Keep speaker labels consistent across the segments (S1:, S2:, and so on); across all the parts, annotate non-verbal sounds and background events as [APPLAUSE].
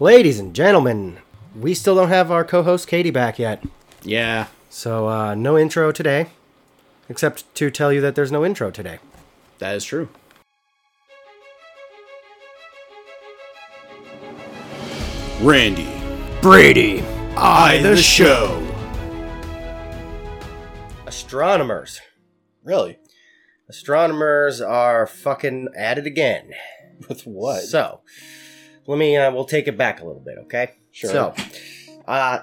S1: Ladies and gentlemen, we still don't have our co host Katie back yet.
S2: Yeah.
S1: So, uh, no intro today, except to tell you that there's no intro today.
S2: That is true. Randy,
S1: Brady!
S2: I the show.
S1: Astronomers.
S2: Really?
S1: Astronomers are fucking at it again.
S2: With what?
S1: So, let me, uh, we'll take it back a little bit, okay?
S2: Sure.
S1: So, uh,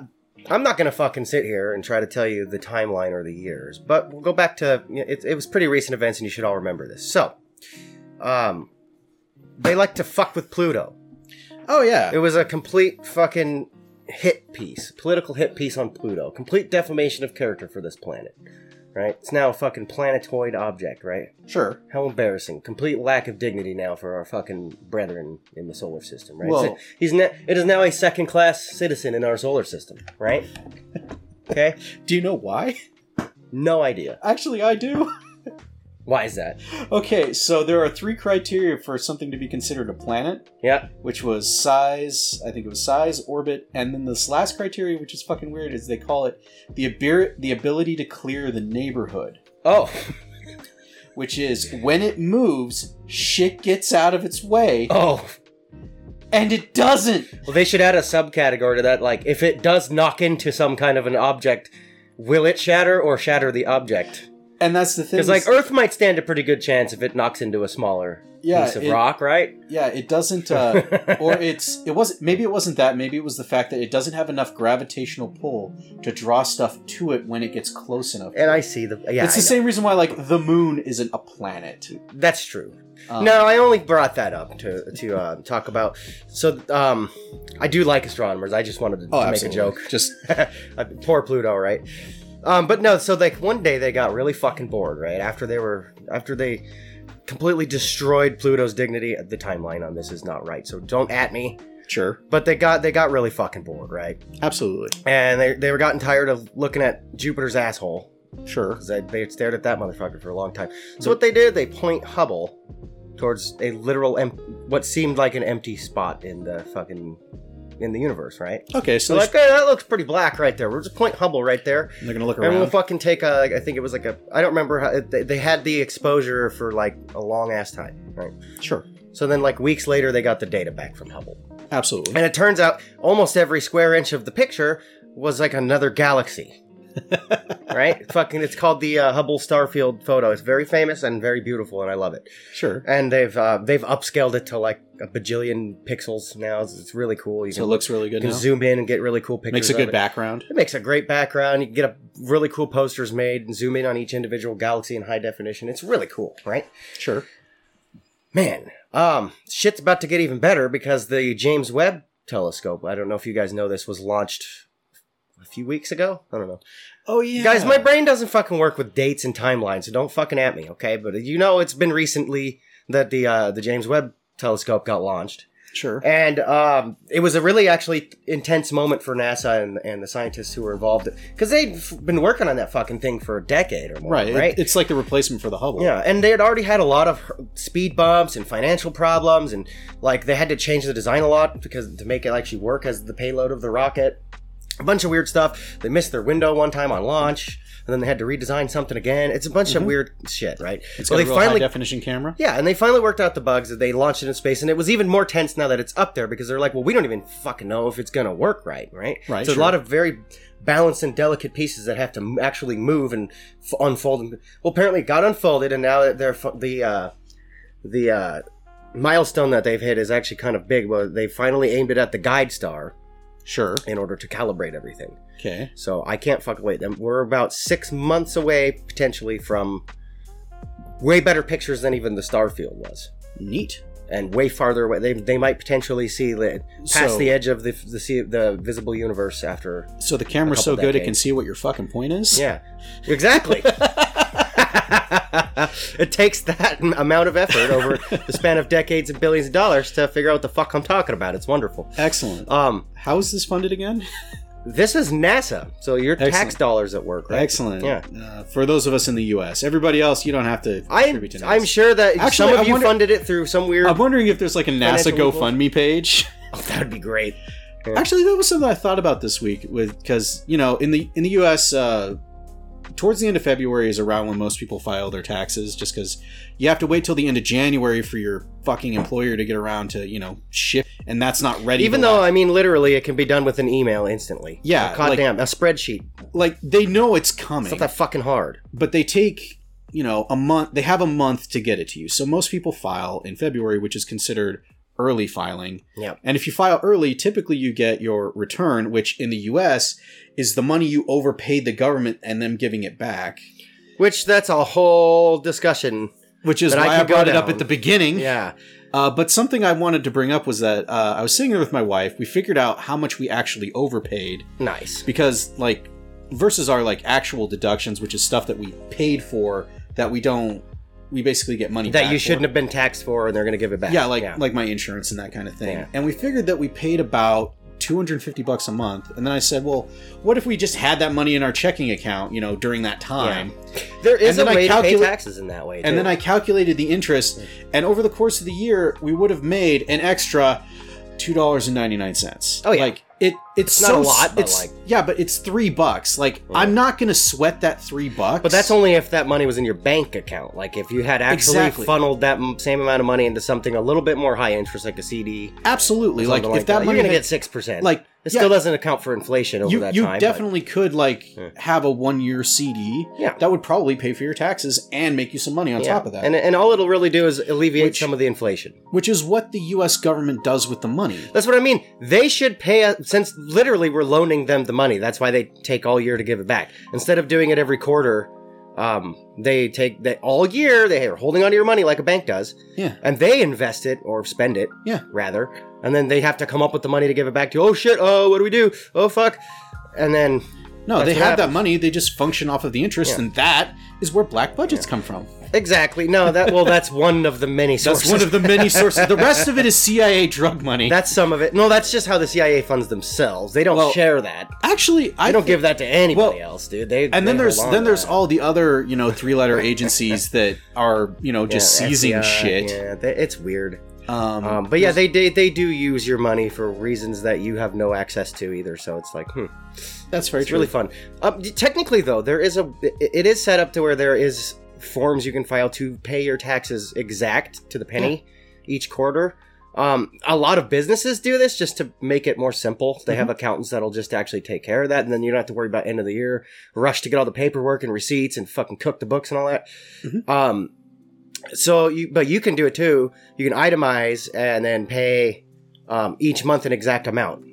S1: I'm not gonna fucking sit here and try to tell you the timeline or the years, but we'll go back to you know, it. It was pretty recent events, and you should all remember this. So, um, they like to fuck with Pluto.
S2: oh yeah.
S1: It was a complete fucking hit piece, political hit piece on Pluto. Complete defamation of character for this planet. Right? It's now a fucking planetoid object, right?
S2: sure.
S1: How embarrassing! Complete lack of dignity now for our fucking brethren in the solar system, right?
S2: Well-
S1: So he's na- it is now a second class citizen in our solar system, right? Okay,
S2: [LAUGHS] Do you know why?
S1: no idea.
S2: Actually, I do. [LAUGHS]
S1: Why is that?
S2: Okay, so there are three criteria for something to be considered a planet,
S1: Yeah,
S2: which was size, I think it was size, orbit, and then this last criteria, which is fucking weird, is they call it the abir- the ability to clear the neighborhood.
S1: Oh, [LAUGHS]
S2: which is when it moves, shit gets out of its way,
S1: oh.
S2: and it doesn't.
S1: Well, they should add a subcategory to that. Like, if it does knock into some kind of an object, will it shatter or shatter the object?
S2: And that's the thing.
S1: Because like
S2: is-
S1: Earth might stand a pretty good chance if it knocks into a smaller
S2: Yeah,
S1: piece of
S2: it-
S1: rock, right?
S2: yeah, it doesn't. Uh,
S1: [LAUGHS]
S2: or it's it was maybe it wasn't that. Maybe it was the fact that it doesn't have enough gravitational pull to draw stuff to it when it gets close enough.
S1: and I see the yeah.
S2: it's the
S1: I know.
S2: same reason why like the moon isn't a planet.
S1: That's true.
S2: Um,
S1: no, I only brought that up to to uh, talk about. So, um, I do like astronomers. I just wanted to, to make a joke.
S2: oh, Just
S1: Uh, Poor Pluto, right? Um, but no. So, like one day they got really fucking bored, right? After they were after they completely destroyed Pluto's dignity. The timeline on this is not right, so don't at me.
S2: sure,
S1: But they got they got really fucking bored, right?
S2: absolutely,
S1: And they they were gotten tired of looking at Jupiter's asshole
S2: sure.
S1: because they, they stared at that motherfucker for a long time. So what they did, they point Hubble towards a literal em- what seemed like an empty spot in the fucking in the universe, right?
S2: Okay,
S1: So like, hey, that looks pretty black right there. We'll just point Hubble right there,
S2: they're gonna look
S1: and we'll fucking take a. I think it was like a. I don't remember how they, they had the exposure for like a long ass time, right?
S2: Sure,
S1: So then, like weeks later, they got the data back from Hubble,
S2: absolutely.
S1: and it turns out almost every square inch of the picture was like another galaxy
S2: [LAUGHS]
S1: right? Fucking, it's called the uh, Hubble Starfield photo. It's very famous and very beautiful, and I love it.
S2: Sure.
S1: And they've uh, they've upscaled it to like a bajillion pixels now. It's, it's really cool. You
S2: So it
S1: can,
S2: looks really good
S1: you can
S2: now.
S1: zoom in and get really cool pictures.
S2: Makes a
S1: of
S2: good
S1: it.
S2: background.
S1: It makes a great background. You can get a really cool posters made and zoom in on each individual galaxy in high definition. It's really cool, right?
S2: Sure.
S1: Man, um, shit's about to get even better because the James Webb telescope. I don't know if you guys know this was launched a few weeks ago. I don't know.
S2: Oh yeah,
S1: Guys, my brain doesn't fucking work with dates and timelines, so don't fucking at me, okay? But you know, it's been recently that the uh, the James Webb Telescope got launched,
S2: sure.
S1: and um, it was a really actually intense moment for NASA and, and the scientists who were involved because they've been working on that fucking thing for a decade or more,
S2: Right,
S1: right?
S2: it- it's like the replacement for the Hubble.
S1: Yeah, and they had already had a lot of h- speed bumps and financial problems, and like they had to change the design a lot because to make it actually work as the payload of the rocket. A bunch of weird stuff. They missed their window one time on launch, and then they had to redesign something again. It's a bunch of weird shit, right?
S2: Mm-hmm. it's
S1: Well,
S2: got a
S1: they
S2: real
S1: finally-
S2: high definition camera.
S1: Yeah, and they finally worked out the bugs that they launched it in space, and it was even more tense now that it's up there because they're like, well, we don't even fucking know if it's gonna work right, right?
S2: Right,
S1: So
S2: sure.
S1: a lot of very balanced and delicate pieces that have to m- actually move and f- unfold. And, well, apparently it got unfolded, and now they're fu- the uh, the uh, milestone that they've hit is actually kind of big. Well, they finally aimed it at the guide star
S2: Sure.
S1: in order to calibrate everything.
S2: Okay.
S1: So I can't fucking wait. And We're about six months away potentially from way better pictures than even the Starfield was
S2: Neat.
S1: and way farther away. They, they might potentially see li- past
S2: So-
S1: the edge of the the, sea, the visible universe after.
S2: So the camera's so
S1: couple
S2: good it
S1: decades.
S2: can see what your fucking point is.
S1: Yeah, exactly. [LAUGHS] it takes that m- amount of effort over the span of decades and billions of dollars to figure out what the fuck I'm talking about. It's wonderful.
S2: Excellent. Uh,
S1: Um,
S2: How is this funded again?
S1: this is NASA, so your tax
S2: Excellent.
S1: dollars at work, right?
S2: Excellent.
S1: Yeah.
S2: Uh, for those of us in the U.S., everybody else, you don't have to
S1: I'm,
S2: contribute to
S1: I'm
S2: NASA.
S1: sure that
S2: Actually,
S1: some of
S2: I
S1: you
S2: wonder- Um,
S1: funded it through some weird.
S2: I'm wondering if there's like a NASA
S1: Financial
S2: GoFundMe page.
S1: Oh, [LAUGHS] that would be great.
S2: Actually, that was something I thought about this week with because you know in the in the U.S. Uh, towards the end of February is around when most people file their taxes, just because you have to wait till the end of January for your fucking employer to get around to you know ship, and that's not ready.
S1: Even
S2: to
S1: though,
S2: la-
S1: I mean, literally, it can be done with an email instantly.
S2: Yeah,
S1: God
S2: like-
S1: damn, a spreadsheet.
S2: like they know it's
S1: It's
S2: coming,
S1: not that fucking hard.
S2: but they take you know a month. They have a month to get it to you. So most people file in February, which is considered early filing.
S1: Yep.
S2: And if you file early, typically you get your return, which in the U.S. is the money you overpaid the government and them giving it back.
S1: Which that's a whole discussion.
S2: which is
S1: That I
S2: why I,
S1: could go
S2: brought it up
S1: down.
S2: at the beginning.
S1: Yeah.
S2: Uh, but something I wanted to bring up was that uh, I was sitting there with my wife. We figured out how much we actually overpaid
S1: Nice.
S2: because, like, versus our like actual deductions, which is stuff that we paid for that we don't. We basically get money
S1: That
S2: back
S1: you
S2: for.
S1: shouldn't have been taxed for, and they're going to give it back.
S2: Yeah, like like my insurance and that kind of thing.
S1: Yeah.
S2: And we figured that we paid about 250 bucks a month. And then I said, well, what if we just had that money in our checking account, you know, during that time?
S1: there is a
S2: and then I
S1: way to
S2: calculate-
S1: pay taxes in that way.
S2: and then I calculated the interest, and over the course of the year, we would have made an extra two dollars and ninety nine cents.
S1: Oh, yeah.
S2: like it. It's,
S1: Not a
S2: so
S1: lot, but,
S2: it's-
S1: like-
S2: yeah, but it's three bucks. Like
S1: Yeah.
S2: I'm not gonna sweat that three bucks.
S1: But that's only if that money was in your bank account. Like if you had actually
S2: Exactly.
S1: funneled that m- same amount of money into something a little bit more high interest, like a CD,
S2: absolutely like,
S1: something like
S2: if that, money
S1: you're gonna
S2: had-
S1: get six percent.
S2: like
S1: it
S2: yeah,
S1: still doesn't account for inflation over
S2: you
S1: that
S2: you
S1: time. but-
S2: definitely could like
S1: Yeah.
S2: have a one year CD.
S1: Yeah.
S2: that would probably pay for your taxes and make you some money on
S1: Yeah.
S2: top of that,
S1: and and all it'll really do is alleviate
S2: Which-
S1: some of the inflation.
S2: which is what the U.S. government does with the money.
S1: That's what I mean. They should pay us since literally we're loaning them the money. That's why they take all year to give it back instead of doing it every quarter. Um, they take that all year. They are holding onto your money like a bank does.
S2: Yeah.
S1: and they invest it or spend it.
S2: Yeah.
S1: rather, and then they have to come up with the money to give it back to. you. Oh shit! Oh, what do we do? Oh fuck! And then
S2: No,
S1: That's
S2: they
S1: what
S2: have that
S1: happens.
S2: money. They just function off of the interest,
S1: Yeah.
S2: and that is where black budgets come from.
S1: exactly no that well that's one of the many sources.
S2: That's one of the
S1: [LAUGHS]
S2: many sources. The rest of it is CIA drug money.
S1: That's some of it. No, that's just how the CIA funds themselves. They don't
S2: Well,
S1: share that.
S2: Actually, I
S1: They don't
S2: think-
S1: give that to anybody
S2: well,
S1: else, dude. They
S2: And then
S1: they
S2: there's
S1: hold on
S2: then
S1: to
S2: there's
S1: that.
S2: all the other you know three letter agencies that are you know just
S1: Yeah,
S2: seizing
S1: FBI,
S2: shit.
S1: Yeah, they, it's weird.
S2: Um,
S1: Um, but yeah, they, they they do use your money for reasons that you have no access to either. So it's like, hmm,
S2: that's very
S1: it's really
S2: true.
S1: fun. Um, d- technically, though, there is a it- it is set up to where there is forms you can file to pay your taxes exact to the penny each quarter. Um, a lot of businesses do this just to make it more simple. They have
S2: Mm-hmm.
S1: accountants that'll just actually take care of that, and then you don't have to worry about end of the year rush to get all the paperwork and receipts and fucking cook the books and all that.
S2: Mhm.
S1: Um, so you, but you can do it too. You can itemize and then pay um, each month an exact amount,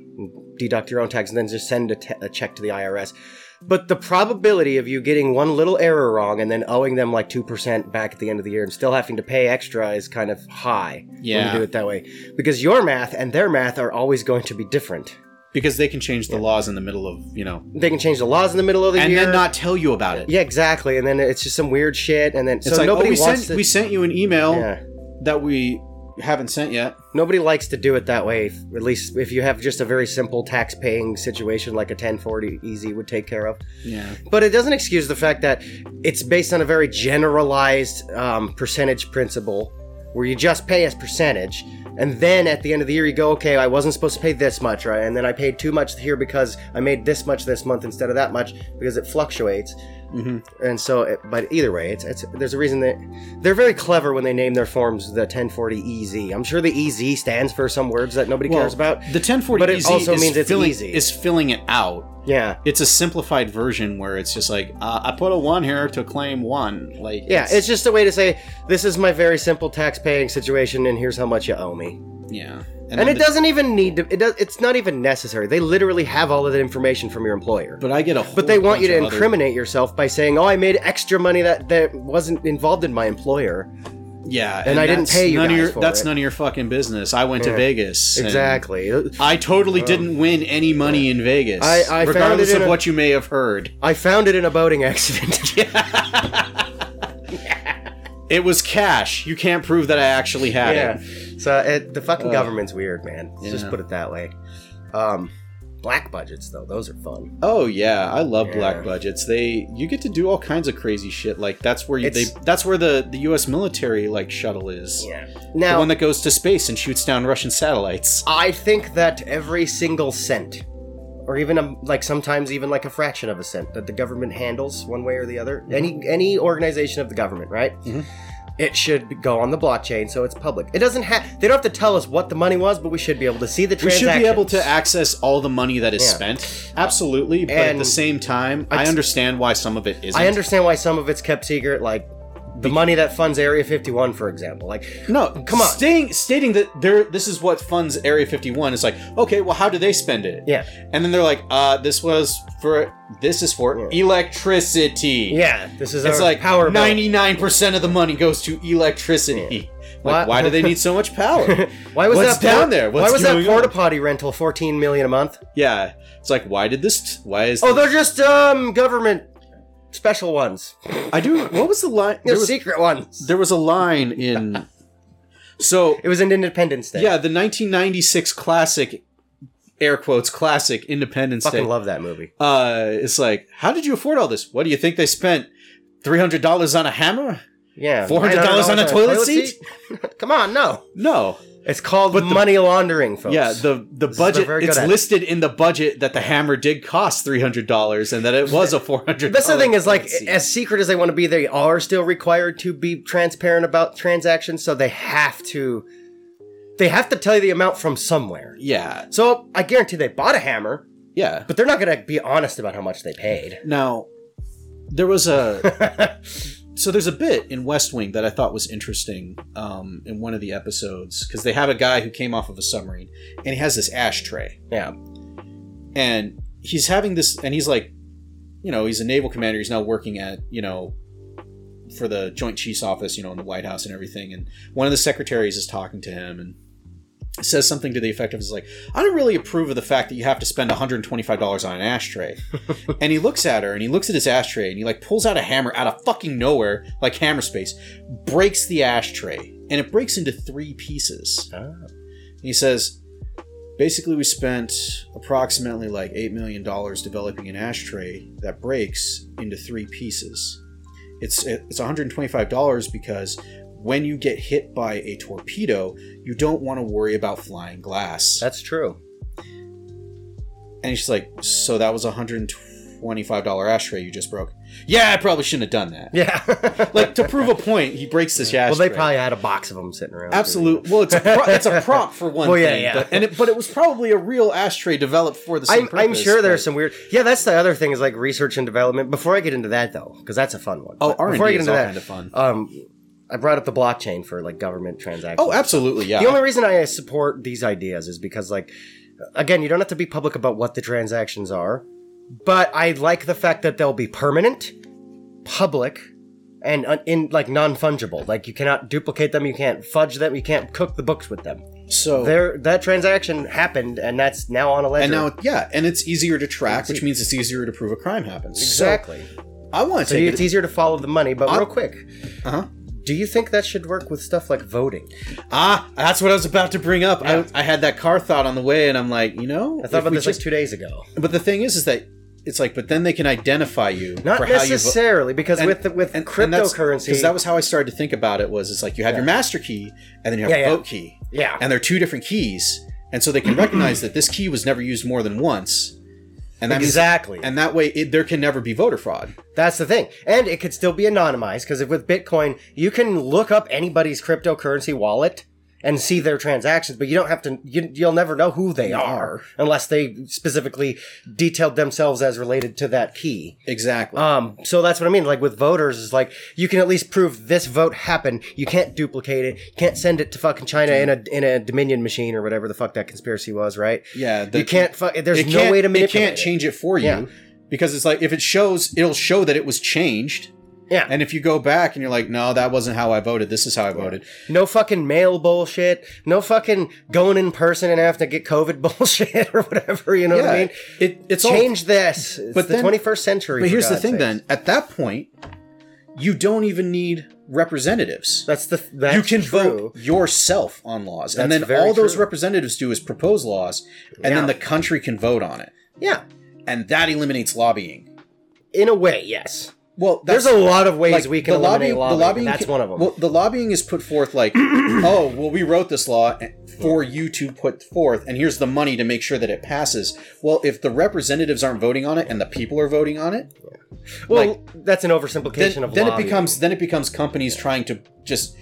S1: deduct your own tax, and then just send a, te- a check to the IRS. But the probability of you getting one little error wrong and then owing them like two percent back at the end of the year and still having to pay extra is kind of high when you do
S2: Yeah,
S1: it that way because your math and their math are always going to be different.
S2: because they can change the
S1: Yeah.
S2: laws in the middle of you know,
S1: They can change the laws in the middle of the
S2: and
S1: year
S2: then not tell you about it.
S1: Yeah, exactly. And then it's just some weird shit. And then
S2: It's
S1: so
S2: like
S1: nobody
S2: oh, we
S1: wants
S2: sent
S1: to.
S2: we sent you an email
S1: yeah.
S2: that we haven't sent yet.
S1: Nobody likes to do it that way. if- At least if you have just a very simple tax paying situation like a 1040 easy would take care of.
S2: Yeah,
S1: But it doesn't excuse the fact that it's based on a very generalized um, percentage principle where you just pay as percentage. And then at the end of the year, you go, okay, I wasn't supposed to pay this much, right? And then I paid too much here because I made this much this month instead of that much because it fluctuates.
S2: hmm
S1: And so, it, but either way, it's, it's there's a reason that they're very clever when they name their forms the 1040EZ. I'm sure the EZ stands for some words that nobody
S2: Well,
S1: cares about.
S2: the 1040
S1: But it
S2: EZ
S1: also
S2: is
S1: means it's
S2: filling,
S1: easy.
S2: is filling it out.
S1: Yeah,
S2: it's a simplified version where it's just like uh, I put a one here to claim one. Like
S1: yeah. It's just a way to say this is my very simple tax paying situation, and here's how much you owe me.
S2: yeah,
S1: And,
S2: then
S1: it
S2: the-
S1: doesn't even need to. It does. It's not even necessary. They literally have all of that information from your employer. But,
S2: But I get a. Whole
S1: they want you
S2: bunch
S1: to
S2: of other-
S1: incriminate yourself by saying, "Oh, I made extra money that that wasn't involved in my employer."
S2: yeah,
S1: I didn't
S2: that's
S1: pay you
S2: None
S1: guys
S2: of your,
S1: for
S2: that's
S1: it.
S2: none of your fucking business. I went to
S1: Yeah.
S2: Vegas. and
S1: Exactly.
S2: I totally didn't win any money in Vegas,
S1: I- I found it
S2: regardless
S1: in
S2: of
S1: a-
S2: what you may have heard.
S1: I found it in a boating accident. [LAUGHS]
S2: It was cash. You can't prove that I actually had
S1: yeah.
S2: it.
S1: So it, the fucking
S2: Ugh.
S1: government's weird, man. Let's Just
S2: Yeah.
S1: put it that way. Um, Black budgets though, those are fun.
S2: Oh yeah, I love
S1: Yeah.
S2: black budgets. They you get to do all kinds of crazy shit. Like that's where you, they
S1: It's-
S2: that's where the the U.S. military like shuttle is.
S1: Yeah.
S2: The
S1: Now
S2: one that goes to space and shoots down Russian satellites.
S1: I think that every single cent, or even a, like sometimes even like a fraction of a cent that the government handles one way or the other,
S2: Mm-hmm.
S1: any any organization of the government, right?
S2: Mhm.
S1: It should be- go on the blockchain, so it's public. It doesn't have. They don't have to tell us what the money was, but we should be able to see the
S2: We
S1: transactions.
S2: should be able to access all the money that is
S1: Yeah.
S2: spent. Absolutely, but at
S1: And
S2: the same time, I
S1: t-
S2: understand why some of it isn't.
S1: I understand why some of it's kept secret, like the money that funds Area 51, for example. Like,
S2: No,
S1: Come on.
S2: Stating stating that there this is what funds Area 51 is like, okay, well how do they spend it?
S1: Yeah.
S2: And then they're like, uh this was for this is for electricity.
S1: yeah, this is
S2: It's
S1: our
S2: like
S1: power. bill.
S2: 99% of the money goes to electricity.
S1: Why-
S2: Like, why do they need so much
S1: [LAUGHS]
S2: power?
S1: Why was
S2: What's
S1: that
S2: down there? What's
S1: why was that
S2: going
S1: porta
S2: on?
S1: potty rental 14 million a month?
S2: yeah. It's like, why did this? Why is.
S1: Oh, they're just um government special ones.
S2: I do. What was the line?
S1: They're
S2: There was,
S1: secret ones.
S2: there was a line in.
S1: [LAUGHS]
S2: So,
S1: it was an Independence Day.
S2: yeah, the 1996 classic, air quotes, classic Independence
S1: fucking
S2: Day.
S1: love that movie.
S2: uh, it's like, how did you afford all this? What do you think they spent? Three hundred dollars on a hammer?
S1: Yeah,
S2: $400 on a toilet seat?
S1: [LAUGHS] Come on, no.
S2: No.
S1: It's called
S2: But the-
S1: money laundering, folks.
S2: Yeah, the the
S1: they're
S2: budget.
S1: very good
S2: It's
S1: at it.
S2: listed in the budget that the hammer did cost three hundred dollars, and that it was a four hundred.
S1: That's the thing is like
S2: seat.
S1: as secret as they want to be, they are still required to be transparent about transactions, so they have to they have to tell you the amount from somewhere.
S2: yeah,
S1: So I guarantee they bought a hammer,
S2: yeah.
S1: but they're not gonna be honest about how much they paid. [LAUGHS]
S2: Now, there was a so there's a bit in West Wing that I thought was interesting um, in one of the episodes because they have a guy who came off of a submarine and he has this ashtray
S1: Yeah.
S2: and he's having this and he's like, you know, he's a naval commander. He's now working at you know for the Joint Chiefs Office, you know, in the White House and everything. And one of the secretaries is talking to him and says something to the effect of is like i don't really approve of the fact that you have to spend $125 on an ashtray and he looks at her and he looks at his ashtray and he like pulls out a hammer out of fucking nowhere like hammer space breaks the ashtray and it breaks into three pieces
S1: Ah.
S2: and he says basically we spent approximately like $8 million developing an ashtray that breaks into three pieces it's it's $125 because when you get hit by a torpedo you don't want to worry about flying glass
S1: That's
S2: [LAUGHS]
S1: true.
S2: and she's like, "So that was a hundred and twenty-five dollar ashtray you just broke." Yeah, I probably shouldn't have done that.
S1: Yeah.
S2: Like to prove a point, he breaks this ashtray.
S1: well, they probably had a box of them sitting around.
S2: absolute. Well, it's a pro- it's a prop for
S1: [LAUGHS]
S2: one
S1: Well, yeah,
S2: thing,
S1: yeah.
S2: But, and it, but it was probably a real ashtray developed for the same
S1: I'm,
S2: purpose.
S1: I'm sure there's
S2: but-
S1: some weird. Yeah, that's the other thing is like research and development. Before I get into that though, because that's a fun one.
S2: Oh,
S1: But
S2: R and
S1: before I
S2: D
S1: get
S2: is
S1: into that,
S2: all kind of fun.
S1: um, I brought up the blockchain for like government transactions.
S2: oh, absolutely. Yeah.
S1: The only reason I support these ideas is because, like, again, you don't have to be public about what the transactions are, but I like the fact that they'll be permanent, public, and uh, in like non fungible. Like, you cannot duplicate them, you can't fudge them, you can't cook the books with them.
S2: so
S1: There, that transaction happened, and that's now on a ledger.
S2: Oh. and now yeah, and it's easier to track, which
S1: It's-
S2: means it's easier to prove a crime happened. So,
S1: exactly.
S2: I want to
S1: So
S2: take
S1: it's
S2: it.
S1: easier to follow the money, but
S2: I'm-
S1: real quick,
S2: Uh-huh.
S1: do you think that should work with stuff like voting?
S2: Ah, that's what I was about to bring up.
S1: Yeah.
S2: I, I had that car thought on the way, and I'm like, you know,
S1: I thought
S2: if
S1: about
S2: we
S1: this
S2: just
S1: like two days ago.
S2: But the thing is, is that it's like, but then they can identify you
S1: Not
S2: for how you vote.
S1: necessarily, because
S2: And-
S1: with the, with cryptocurrency,
S2: Because that was how I started to think about it. Was it's like you have your master key and then you have
S1: Yeah,
S2: a
S1: yeah.
S2: vote key,
S1: yeah,
S2: and they're two different keys, and so they can recognize that this key was never used more than once, and that means-
S1: exactly.
S2: and that way it, there can never be voter fraud.
S1: That's the thing. And it could still be anonymized because with Bitcoin, you can look up anybody's cryptocurrency wallet and see their transactions, but you don't have to, you, you'll never know who they are unless they specifically detailed themselves as related to that key.
S2: Exactly.
S1: Um, so that's what I mean. Like with voters, is like you can at least prove this vote happened. You can't duplicate it. You can't send it to fucking China in a in a Dominion machine or whatever the fuck that conspiracy was, right?
S2: yeah. The,
S1: you can't. Fu- there's
S2: it
S1: no
S2: can't-
S1: way to
S2: It
S1: manipulate.
S2: can't change it for you
S1: Yeah.
S2: because it's like if it shows, it'll show that it was changed.
S1: Yeah.
S2: And if you go back and you're like, no, that wasn't how I voted. This is how I voted.
S1: No fucking mail bullshit. No fucking going in person and have to get COVID [LAUGHS] bullshit or whatever. You know what I mean?
S2: It, it's all
S1: Change this. It's
S2: But
S1: the
S2: then-
S1: 21st century.
S2: But
S1: for
S2: here's the
S1: God's
S2: thing
S1: sakes.
S2: then. At that point, you don't even need representatives.
S1: That's the that's
S2: you can
S1: true.
S2: vote yourself on laws, and
S1: That's
S2: then
S1: very
S2: all those
S1: true.
S2: representatives do is propose laws, and
S1: Yeah.
S2: then the country can vote on it,
S1: Yeah,
S2: and that eliminates lobbying.
S1: in a way, yes.
S2: Well,
S1: There's a lot of ways we can
S2: the
S1: eliminate
S2: lobbying- the
S1: lobbying,
S2: lobbying
S1: and that's
S2: can-
S1: one of them.
S2: Well, the lobbying is put forth
S1: [CLEARS THROAT]
S2: like, oh, well, we wrote this law eh, for you to put forth, and here's the money to make sure that it passes. Well, if the representatives aren't voting on it and the people are voting on it,
S1: Well,
S2: like,
S1: that's an oversimplification
S2: then,
S1: of
S2: then it
S1: lobbying.
S2: becomes then it becomes companies trying to just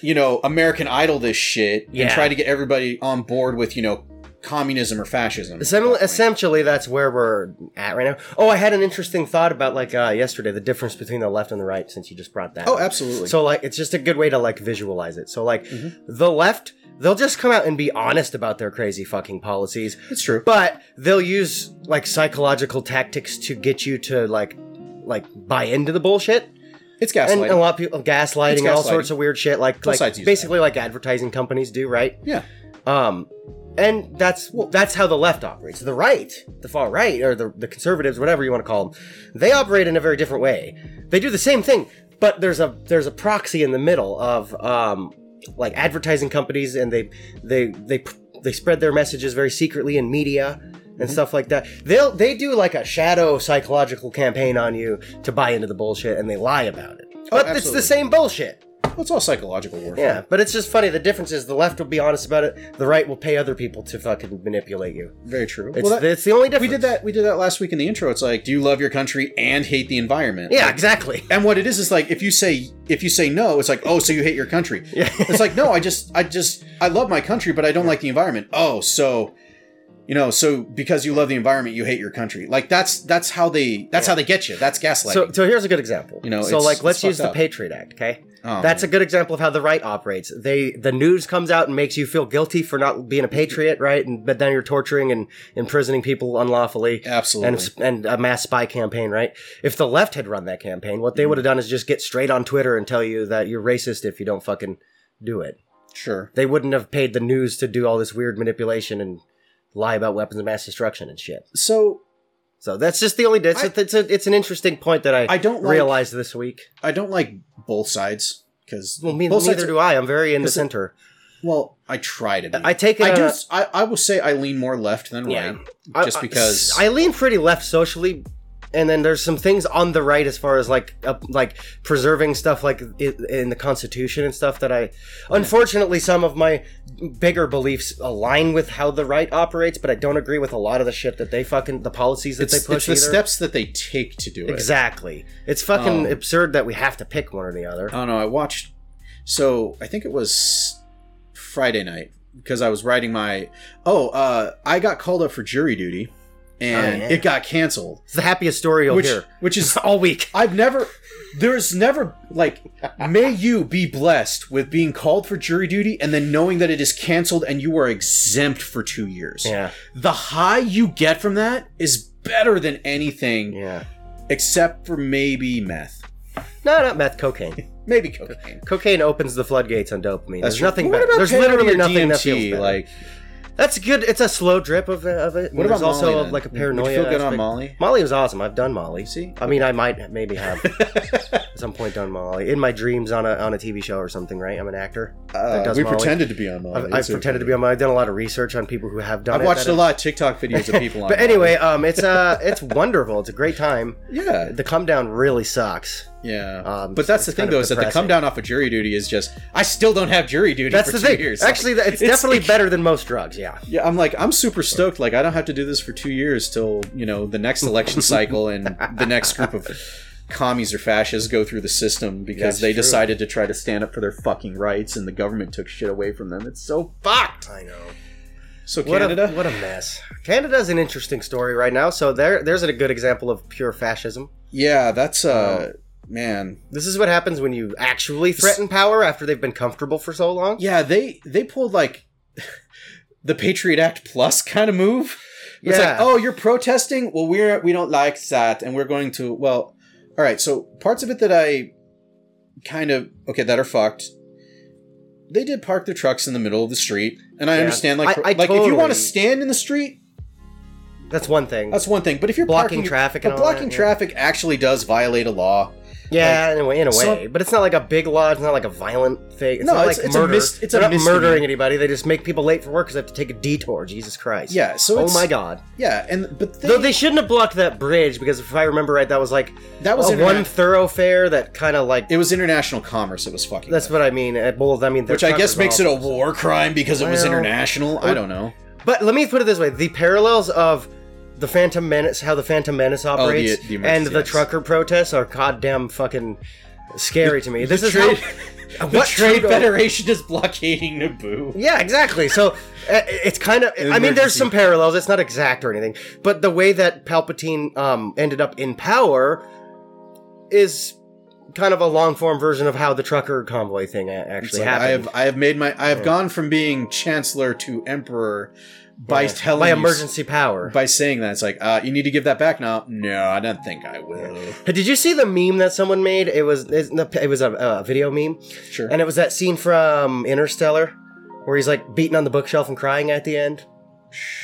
S2: you know American Idol this shit and
S1: Yeah.
S2: try to get everybody on board with you know communism or fascism.
S1: Essem- essentially, that's where we're at right now. Oh, I had an interesting thought about like uh, yesterday the difference between the left and the right since you just brought that.
S2: oh,
S1: up.
S2: absolutely.
S1: So like it's just a good way to like visualize it. So like
S2: Mm-hmm.
S1: the left, they'll just come out and be honest about their crazy fucking policies,
S2: it's true.
S1: but they'll use like psychological tactics to get you to like like buy into the bullshit.
S2: it's
S1: And
S2: gaslighting.
S1: a lot of people gaslighting,
S2: It's
S1: and all
S2: gaslighting.
S1: sorts of weird shit like like
S2: sides use
S1: basically like advertising companies do, right?
S2: yeah.
S1: Um, and that's that's how the left operates. The right, the far right, or the, the conservatives, whatever you want to call them, they operate in a very different way. They do the same thing, but there's a there's a proxy in the middle of um, like advertising companies, and they they they they spread their messages very secretly in media and stuff like that. They'll they do like a shadow psychological campaign on you to buy into the bullshit, and they lie about it. But it's
S2: absolutely.
S1: the same bullshit.
S2: Well, it's all psychological
S1: Yeah,
S2: warfare.
S1: but it's just funny. The difference is the left will be honest about it. The right will pay other people to fucking manipulate you.
S2: Very true.
S1: It's,
S2: well, that,
S1: it's the only difference.
S2: we did that. We did that last week in the intro. It's like, do you love your country and hate the environment?
S1: Yeah,
S2: Like,
S1: exactly. [LAUGHS]
S2: and what it is is like if you say if you say no, it's like oh, so you hate your country.
S1: Yeah.
S2: it's like no i just i just i love my country but i don't like the environment oh so you know so because you love the environment you hate your country like that's that's how they that's
S1: Yeah.
S2: how they get you that's gaslighting
S1: So, so here's a good example.
S2: You know,
S1: so
S2: it's-
S1: like,
S2: it's
S1: let's use
S2: fucked
S1: the
S2: up.
S1: Patriot Act. Okay,
S2: Um,
S1: that's a good example of how the right operates. They the news comes out and makes you feel guilty for not being a patriot, right? And but then you're torturing and imprisoning people unlawfully.
S2: absolutely
S1: and, and a mass spy campaign, right? If the left had run that campaign, what
S2: Mm-hmm.
S1: they would have done is just get straight on Twitter and tell you that you're racist if you don't fucking do it.
S2: sure
S1: they wouldn't have paid the news to do all this weird manipulation and lie about weapons of mass destruction and shit.
S2: so
S1: So that's just the only. It's,
S2: I-
S1: it's, a, it's an interesting point that I,
S2: i don't like,
S1: realized this week.
S2: i don't like both sides because
S1: Well, me,
S2: both sides
S1: neither do I. I'm very in the
S2: Because-
S1: center.
S2: well i try to be.
S1: I take it.
S2: I do
S1: uh,
S2: s- I, I will say i lean more left than
S1: Yeah.
S2: right
S1: I-
S2: just
S1: I-
S2: because-
S1: I, lean pretty left socially, and then there's some things on the right as far as like up, like preserving stuff like i- in the Constitution and stuff that I unfortunately some of my bigger beliefs align with how the right operates, but I don't agree with a lot of the shit that they fucking the policies that
S2: it's,
S1: they
S2: it's
S1: push.
S2: the
S1: either.
S2: steps that they take to do it
S1: Exactly. It's fucking
S2: Um, uh,
S1: absurd that we have to pick one or the other.
S2: I don't know. Oh, I watched. So I think it was Friday night because I was writing my. Oh, uh, I got called up for jury duty, and
S1: Oh, yeah.
S2: it got canceled.
S1: It's the happiest story you'll
S2: Which,
S1: hear [LAUGHS]
S2: which is
S1: all week.
S2: I've never. There's never like. May you be blessed with being called for jury duty and then knowing that it is canceled and you are exempt for two years.
S1: Yeah,
S2: The high you get from that is better than anything
S1: yeah.
S2: except for maybe meth,
S1: No, not meth.
S2: [LAUGHS]
S1: Cocaine.
S2: maybe cocaine.
S1: cocaine opens the floodgates on dopamine. There's nothing
S2: But what
S1: better.
S2: about
S1: There's
S2: peyote
S1: literally
S2: or
S1: nothing that
S2: DMT?
S1: feels better.
S2: like.
S1: That's good. It's a slow drip of, of it.
S2: What
S1: There's
S2: about
S1: also
S2: Molly, then?
S1: like a
S2: Would you
S1: paranoia.
S2: feel good on
S1: aspect.
S2: Molly?
S1: Molly was awesome. I've done Molly.
S2: See?
S1: I mean, I might maybe
S2: [LAUGHS]
S1: have at some point done Molly in my dreams on a on a TV show or something. Right? I'm an actor.
S2: Uh,
S1: does
S2: we
S1: Molly.
S2: pretended to be on Molly.
S1: I've, I've pretended to be on Molly. I've done a lot of research on people who have done
S2: I've
S1: it.
S2: watched
S1: That
S2: a lot of TikTok videos
S1: [LAUGHS]
S2: of people on.
S1: But anyway, um, it's uh, it's wonderful. It's a great time.
S2: Molly. yeah,
S1: The come down really
S2: [LAUGHS]
S1: sucks.
S2: yeah.
S1: Um,
S2: but that's the
S1: it's
S2: thing,
S1: kind of
S2: though, is that the
S1: depressing.
S2: come down off of jury duty is just I still don't have jury duty.
S1: That's
S2: for
S1: the
S2: two
S1: thing.
S2: Years.
S1: Actually, that- it's,
S2: [LAUGHS] It's-
S1: definitely better than most drugs. Yeah.
S2: yeah, I'm like I'm super stoked. Like I don't have to do this for two years till you know the
S1: [LAUGHS]
S2: next election cycle and the next group of commies or fascists go through the system because
S1: That's
S2: they
S1: true.
S2: decided to try to stand up for their fucking rights and the government took shit away from them. It's so fucked.
S1: I know.
S2: So
S1: What
S2: Canada,
S1: a what a mess. Canada's an interesting story right now. So there there's a good example of pure fascism.
S2: yeah, that's uh, man,
S1: This is what happens when you actually threaten power after they've been comfortable for so long.
S2: Yeah, they they pulled like [LAUGHS] the Patriot Act plus kind of move. It's
S1: Yeah.
S2: like, oh, you're protesting. Well, we're we don't like that, and we're going to. Well, all right. So parts of it that I kind of okay that are fucked. They did park their trucks in the middle of the street, and I
S1: Yeah.
S2: understand. Like,
S1: I- I
S2: like if you want
S1: totally-
S2: to stand in the street,
S1: That's one thing.
S2: that's one thing. But if you're
S1: Blocking
S2: parking,
S1: traffic
S2: but
S1: and all
S2: blocking
S1: that, yeah.
S2: traffic actually does violate a law.
S1: Yeah, in a way, in a
S2: so-
S1: way. but it's not like a big lodge. It's not like a violent thing. It's
S2: No,
S1: not
S2: it's-
S1: like
S2: it's a
S1: murder.
S2: mis- it's a
S1: They're not
S2: misdemeanor.
S1: murdering anybody. They just make people late for work because they have to take a detour. Jesus Christ.
S2: Yeah, so
S1: Oh
S2: it's,
S1: my God.
S2: Yeah, and but they,
S1: Though they shouldn't have blocked that bridge because if I remember right, that was like
S2: that was
S1: a
S2: interna-
S1: one thoroughfare that kind of like.
S2: It was international commerce. It was fucking.
S1: that's what I mean. Uh, Well, I mean, their
S2: which I guess
S1: truckers
S2: makes it
S1: all-
S2: a war crime because it was
S1: Well,
S2: international. I don't [LAUGHS] know.
S1: But let me put it this way: the parallels of the Phantom Menace, how the Phantom Menace operates,
S2: Oh, the emergency,
S1: and the
S2: yes.
S1: trucker protests are goddamn fucking scary to me. This is
S2: trade-
S1: how,
S2: [LAUGHS] The
S1: what
S2: Trade
S1: trucker-
S2: Federation is blockading Naboo.
S1: Yeah, exactly. So uh, it's kind of. I mean, there's
S2: Emergency.
S1: some parallels. It's not exact or anything, but the way that Palpatine um, ended up in power is kind of a long form version of how the trucker convoy thing a-
S2: It's
S1: actually
S2: like,
S1: happened.
S2: I have I have made my I have
S1: Yeah.
S2: gone from being chancellor to emperor by
S1: Yeah.
S2: telling
S1: by
S2: you-
S1: emergency power.
S2: by saying that it's like uh, you need to give that back now. No, I don't think I will.
S1: Did you see the meme that someone made? It was it was a, a video meme,
S2: Sure.
S1: and it was that scene from Interstellar where he's like beating on the bookshelf and crying at the end.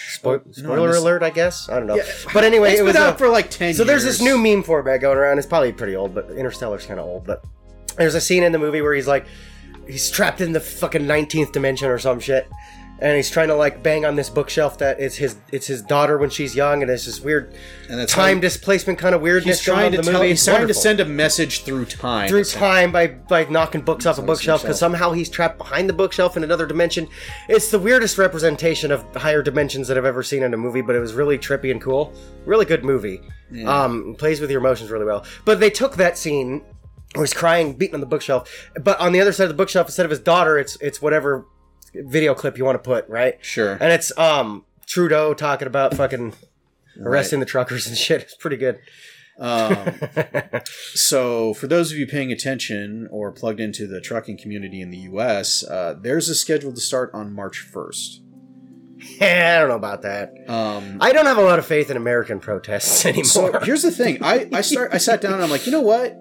S1: Spoil-
S2: Oh, No,
S1: spoiler
S2: this-
S1: alert, I guess. I don't know.
S2: Yeah.
S1: But anyway,
S2: it's
S1: it was
S2: been
S1: a-
S2: out for like ten.
S1: So there's this new
S2: years.
S1: meme for it going around. It's probably pretty old, but Interstellar's kind of old. But there's a scene in the movie where he's like, he's trapped in the fucking 19th dimension or some shit, and he's trying to like bang on this bookshelf that it's his it's his daughter when she's young, and it's this weird
S2: and that's how
S1: time displacement kind of weirdness.
S2: He's
S1: going on
S2: trying to
S1: in the
S2: tell.
S1: movie.
S2: He's
S1: It's
S2: trying to
S1: wonderful.
S2: send a message through time.
S1: through
S2: essentially.
S1: time by by knocking books off a
S2: Sounds
S1: bookshelf because
S2: himself.
S1: somehow he's trapped behind the bookshelf in another dimension. It's the weirdest representation of higher dimensions that I've ever seen in a movie, but it was really trippy and cool. Really good movie.
S2: Yeah.
S1: Um, plays with your emotions really well. But they took that scene where he's crying, beaten on the bookshelf, but on the other side of the bookshelf, instead of his daughter, it's it's whatever video clip you want to put, right?
S2: Sure.
S1: And it's um Trudeau talking about fucking arresting the truckers and [LAUGHS] shit. It's pretty good. [LAUGHS]
S2: Um, so, for those of you paying attention or plugged into the trucking community in the U.S., uh, there's a schedule to start on March 1st.
S1: I don't know about that.
S2: Um,
S1: I don't have a lot of faith in American protests anymore.
S2: [LAUGHS] so
S1: [LAUGHS]
S2: here's the thing: I I start I sat down and I'm like, you know what?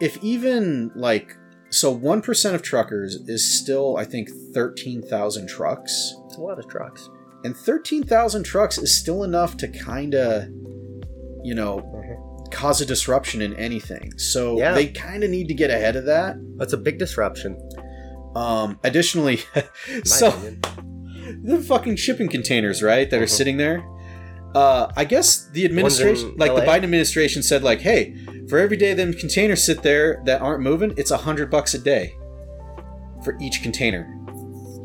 S2: If even like so, one percent of truckers is still I think thirteen thousand trucks,
S1: It's a lot of trucks.
S2: and thirteen thousand trucks is still enough to kind of, you know.
S1: Uh-huh.
S2: Cause a disruption in anything, so
S1: Yeah.
S2: they kind of need to get ahead of that.
S1: That's a big disruption.
S2: Um, additionally, [LAUGHS]
S1: in my
S2: so
S1: opinion.
S2: the fucking shipping containers, right, that are
S1: Mhm.
S2: sitting there. Uh, I guess the administration, like the
S1: LA?
S2: Biden administration, said like, "Hey, for every day them containers sit there that aren't moving, it's a hundred bucks a day for each container."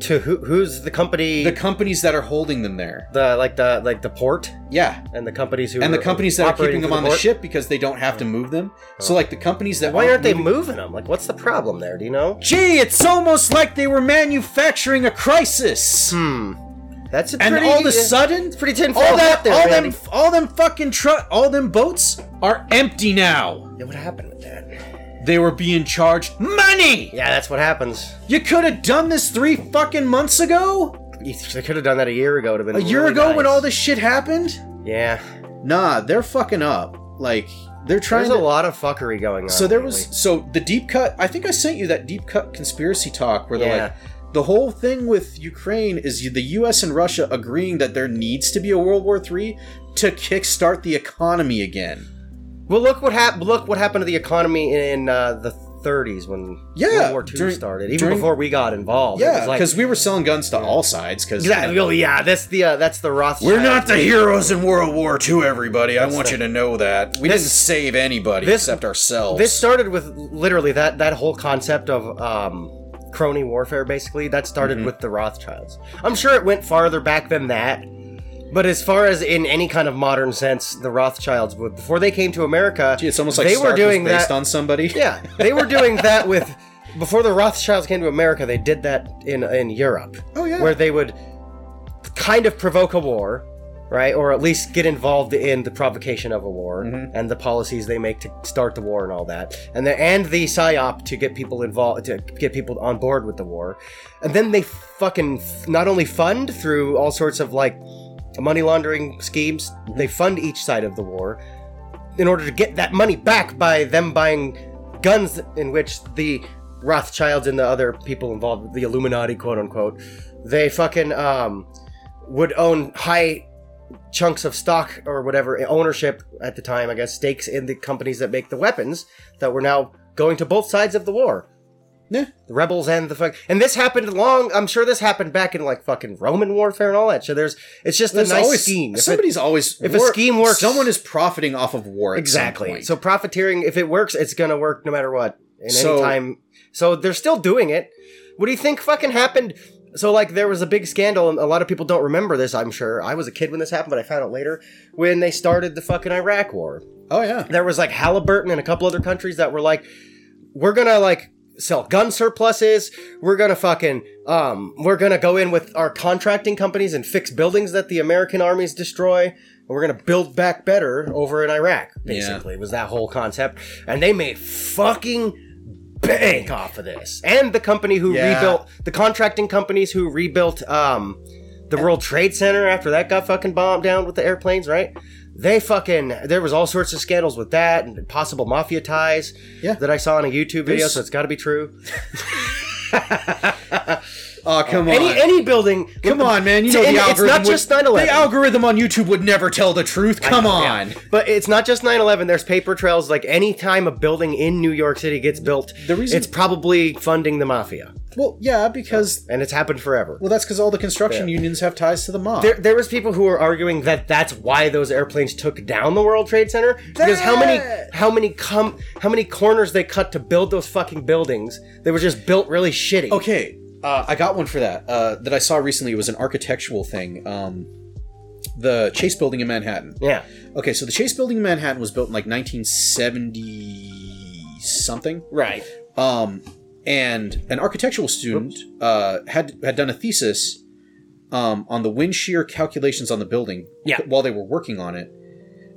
S1: to who, who's the company?
S2: The
S1: The,
S2: companies that are holding them there,
S1: like the like the port
S2: yeah,
S1: and the companies who
S2: and the
S1: are
S2: companies that are
S1: operating
S2: keeping them
S1: for
S2: on the Oh.
S1: port?
S2: ship because they don't have to move them. So like the companies that
S1: Why aren't they
S2: moving-
S1: moving them? Like, what's the problem there? Do you know?
S2: Gee, it's almost like they were manufacturing a crisis,
S1: Hmm. That's a
S2: and
S1: pretty.
S2: all of a
S1: it's
S2: sudden,
S1: a pretty tinfoil
S2: all that,
S1: hat there,
S2: all
S1: Randy.
S2: them, all them fucking truck, all them boats are empty now.
S1: Yeah, what happened with that?
S2: They were being charged money.
S1: Yeah, that's what happens.
S2: You could have done this three fucking months ago,
S1: You- They could have done that a year ago. It Would have
S2: a
S1: been
S2: year
S1: really
S2: ago
S1: nice.
S2: when all this shit happened.
S1: Yeah,
S2: Nah, they're fucking up. Like they're trying
S1: there's a
S2: to.
S1: lot of fuckery going on.
S2: So there
S1: lately.
S2: was so the deep cut. I think I sent you that deep cut conspiracy talk where they're
S1: Yeah.
S2: like, the whole thing with Ukraine is the U.S. and Russia agreeing that there needs to be a World War III to kickstart the economy again.
S1: Well, look what happened. Look what happened to the economy in uh, the 30s when
S2: Yeah,
S1: World War II
S2: during-
S1: started. Even
S2: during-
S1: before we got involved, It
S2: Yeah,
S1: was like-
S2: because we were selling guns to all sides. Because
S1: exactly. well, [LAUGHS] yeah, that's the uh, that's the Rothschild.
S2: we're not the heroes in World War II, everybody. I want
S1: the-
S2: you to know that we
S1: This-
S2: didn't save anybody
S1: this-
S2: except ourselves.
S1: This started with literally that that whole concept of um, crony warfare. Basically, that started
S2: Mm-hmm.
S1: with the Rothschilds. I'm sure it went farther back than that. But as far as in any kind of modern sense, the Rothschilds would before they came to America,
S2: Gee, it's almost like
S1: they
S2: Stark
S1: were doing
S2: was based
S1: that
S2: on somebody.
S1: Yeah, they were doing that with before the Rothschilds came to America. They did that in in Europe.
S2: Oh, yeah.
S1: where they would kind of provoke a war, right, or at least get involved in the provocation of a war and the policies they make to start the war and all that, and the and the psyop to get people involved to get people on board with the war, and then they fucking f- not only fund through all sorts of like money laundering schemes. They fund each side of the war in order to get that money back by them buying guns in which the Rothschilds and the other people involved, the Illuminati, quote unquote, they fucking um, would own high chunks of stock or whatever ownership at the time, I guess, stakes in the companies that make the weapons that were now going to both sides of the war.
S2: Yeah.
S1: The rebels and the fuck. And this happened long. I'm sure this happened back in like fucking Roman warfare and all that shit. There's. It's just
S2: There's
S1: a nice
S2: always
S1: scheme. If it-
S2: Somebody's always
S1: if a scheme works-
S2: someone is profiting off of war. At some
S1: exactly.
S2: point.
S1: So profiteering, if it works, it's gonna work no matter what. In
S2: So-
S1: any time. So they're still doing it. What do you think fucking happened? So like there was a big scandal, and a lot of people don't remember this. I'm sure I was a kid when this happened, but I found out later when they started the fucking Iraq War.
S2: oh yeah,
S1: [LAUGHS] there was like Halliburton and a couple other countries that were like, we're gonna like sell gun surpluses. We're gonna fucking um, we're gonna go in with our contracting companies and fix buildings that the American armies destroy, and we're gonna build back better over in Iraq. Basically, was that whole concept, and they made fucking bank off of this. And the company who
S2: Yeah.
S1: rebuilt the contracting companies who rebuilt um. The World Trade Center after that got fucking bombed down with the airplanes, right? they fucking there was all sorts of scandals with that and possible mafia ties
S2: Yeah.
S1: that I saw in a YouTube video,
S2: There's-
S1: so it's got to be true.
S2: oh come on,
S1: Any any building,
S2: come on, man. You know
S1: And
S2: the
S1: it's
S2: algorithm.
S1: not
S2: would-
S1: just 9/11.
S2: The algorithm on YouTube would never tell the truth. Come on.
S1: But it's not just 9/11. There's paper trails. Like any time a building in New York City gets built,
S2: The reason-
S1: it's probably funding the mafia,
S2: Well, yeah, because
S1: and it's happened forever.
S2: well, that's because all the construction unions have ties to the mob.
S1: There, there was people who were arguing that that's why those airplanes took down the World Trade Center because how many how many com- how many corners they cut to build those fucking buildings? They were just built really shitty.
S2: Okay, uh, I got one for that uh, that I saw recently. It was an architectural thing. Um, the Chase Building in Manhattan.
S1: Yeah.
S2: Okay, so the Chase Building in Manhattan was built in like 1970 something.
S1: Right.
S2: Um, and an architectural student uh, had had done a thesis um, on the wind shear calculations on the building
S1: Yeah.
S2: while they were working on it.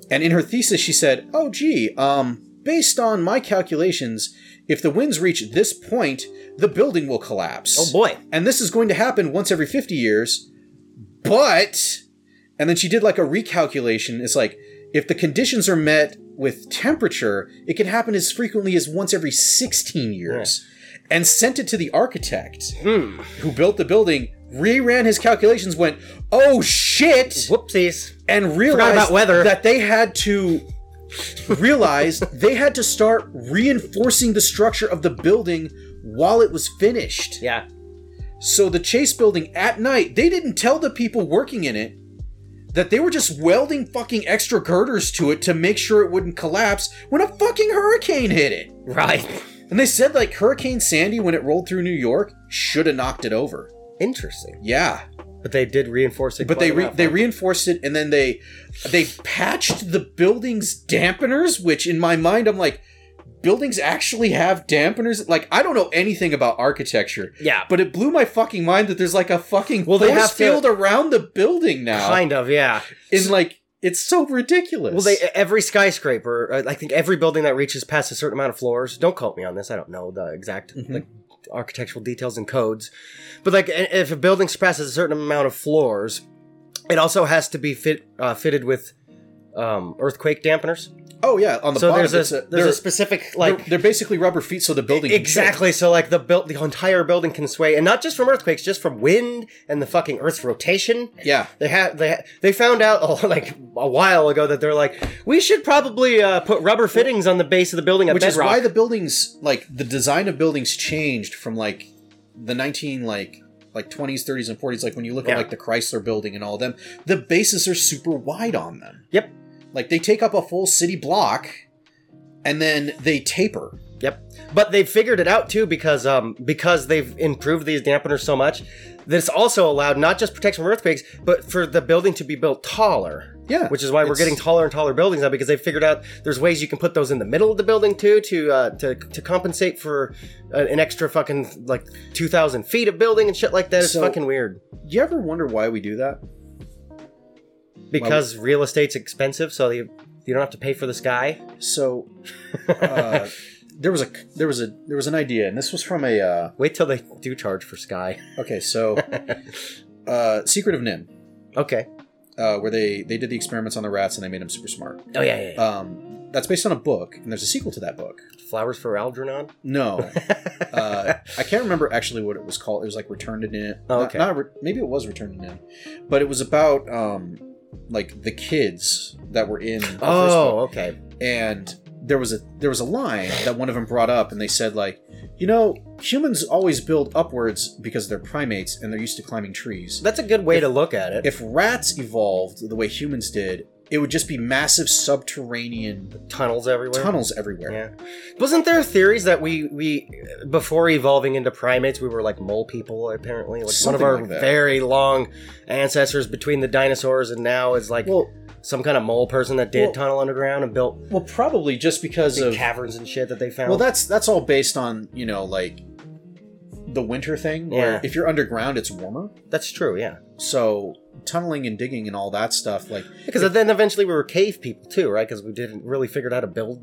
S2: And in her thesis, she said, "Oh, gee, um, based on my calculations, if the winds reach this point, the building will collapse."
S1: Oh boy.
S2: and this is going to happen once every 50 years but and then she did like a recalculation it's like if the conditions are met with temperature it can happen as frequently as once every 16 years and sent it to the architect
S1: Hmm.
S2: who built the building reran his calculations went oh shit
S1: Whoopsies.
S2: and realized
S1: about weather.
S2: that they had to realize they had to start reinforcing the structure of the building while it was finished
S1: Yeah.
S2: so the Chase building at night, they didn't tell the people working in it that they were just welding fucking extra girders to it to make sure it wouldn't collapse when a fucking hurricane hit it.
S1: Right. [LAUGHS]
S2: And they said like Hurricane Sandy when it rolled through New York should have knocked it over.
S1: Interesting.
S2: Yeah,
S1: But they did reinforce it.
S2: but they
S1: quite
S2: re-
S1: enough,
S2: they
S1: huh?
S2: reinforced it and then they they patched the building's dampeners, which in my mind I'm like buildings actually have dampeners. Like I don't know anything about architecture.
S1: yeah.
S2: But it blew my fucking mind that there's like a fucking
S1: Well, they
S2: force
S1: have to-
S2: field around the building now.
S1: Kind of, yeah.
S2: And like, it's so ridiculous.
S1: Well, they every skyscraper, uh, I think every building that reaches past a certain amount of floors. Don't quote me on this. I don't know the exact
S2: Mhm.
S1: like architectural details and codes, but like i- if a building surpasses a certain amount of floors, it also has to be fit uh, fitted with um, earthquake dampeners.
S2: oh yeah, on the
S1: so
S2: bottom.
S1: there's a,
S2: it's
S1: there's
S2: they're-
S1: a specific
S2: they're-
S1: like
S2: they're, basically rubber feet, so the building can
S1: Exactly. So like the built the entire building can sway, and not just from earthquakes, just from wind and the fucking Earth's rotation.
S2: shake. Yeah,
S1: They had they ha- they found out [LAUGHS] oh, like a while ago that they're like we should probably uh, put rubber fittings on the base of the building at
S2: which is
S1: bedrock.
S2: why the buildings, like the design of buildings, changed from like the nineteen like like twenties, thirties, and forties. Like when you look at
S1: Yeah.
S2: like the Chrysler Building and all of them, the bases are super wide on them.
S1: Yep.
S2: Like they take up a full city block, and then they taper.
S1: Yep. But they figured it out too because um because they've improved these dampeners so much that it's also allowed not just protection from earthquakes, but for the building to be built taller.
S2: Yeah,
S1: Which is why we're
S2: it's-
S1: getting taller and taller buildings now because they figured out there's ways you can put those in the middle of the building too to uh, to to compensate for uh, an extra fucking like two thousand feet of building and shit like that. It's
S2: So-
S1: fucking weird
S2: Do you ever wonder why we do that?
S1: because real estate's expensive, so you you don't have to pay for the sky.
S2: So uh, there was a there was a there was an idea, and this was from a uh,
S1: [LAUGHS] Wait till they do charge for sky. [LAUGHS]
S2: okay. So uh, Secret of Nim,
S1: Okay.
S2: uh, where they they did the experiments on the rats and they made them super smart.
S1: Oh yeah, yeah. yeah.
S2: Um, that's based on a book, and there's a sequel to that book.
S1: Flowers for Algernon. [LAUGHS]
S2: No, uh, I can't remember actually what it was called. It was like Return to Nim.
S1: Oh, okay.
S2: Not, not re- maybe it was Return to Nim, but it was about um, like the kids that were in the first
S1: Oh, okay.
S2: and there was a there was a line that one of them brought up and they said like you know humans always build upwards because they're primates and they're used to climbing trees
S1: That's a good way to look at it.
S2: if rats evolved the way humans did it would just be massive subterranean
S1: tunnels everywhere.
S2: tunnels everywhere
S1: Yeah. Wasn't there theories that we we before evolving into primates we were like mole people apparently like
S2: Something
S1: one of our
S2: like that.
S1: very long ancestors between the dinosaurs and now is like
S2: well
S1: some kind of mole person that did
S2: Well-
S1: tunnel underground and built
S2: well probably just because
S1: big
S2: of
S1: caverns and shit that they found.
S2: well that's that's all based on you know like the winter thing
S1: Yeah.
S2: where if you're underground it's warmer
S1: that's true, yeah.
S2: so tunneling and digging and all that stuff like
S1: Because then eventually we were cave people too, right? Because we didn't really figured out how to build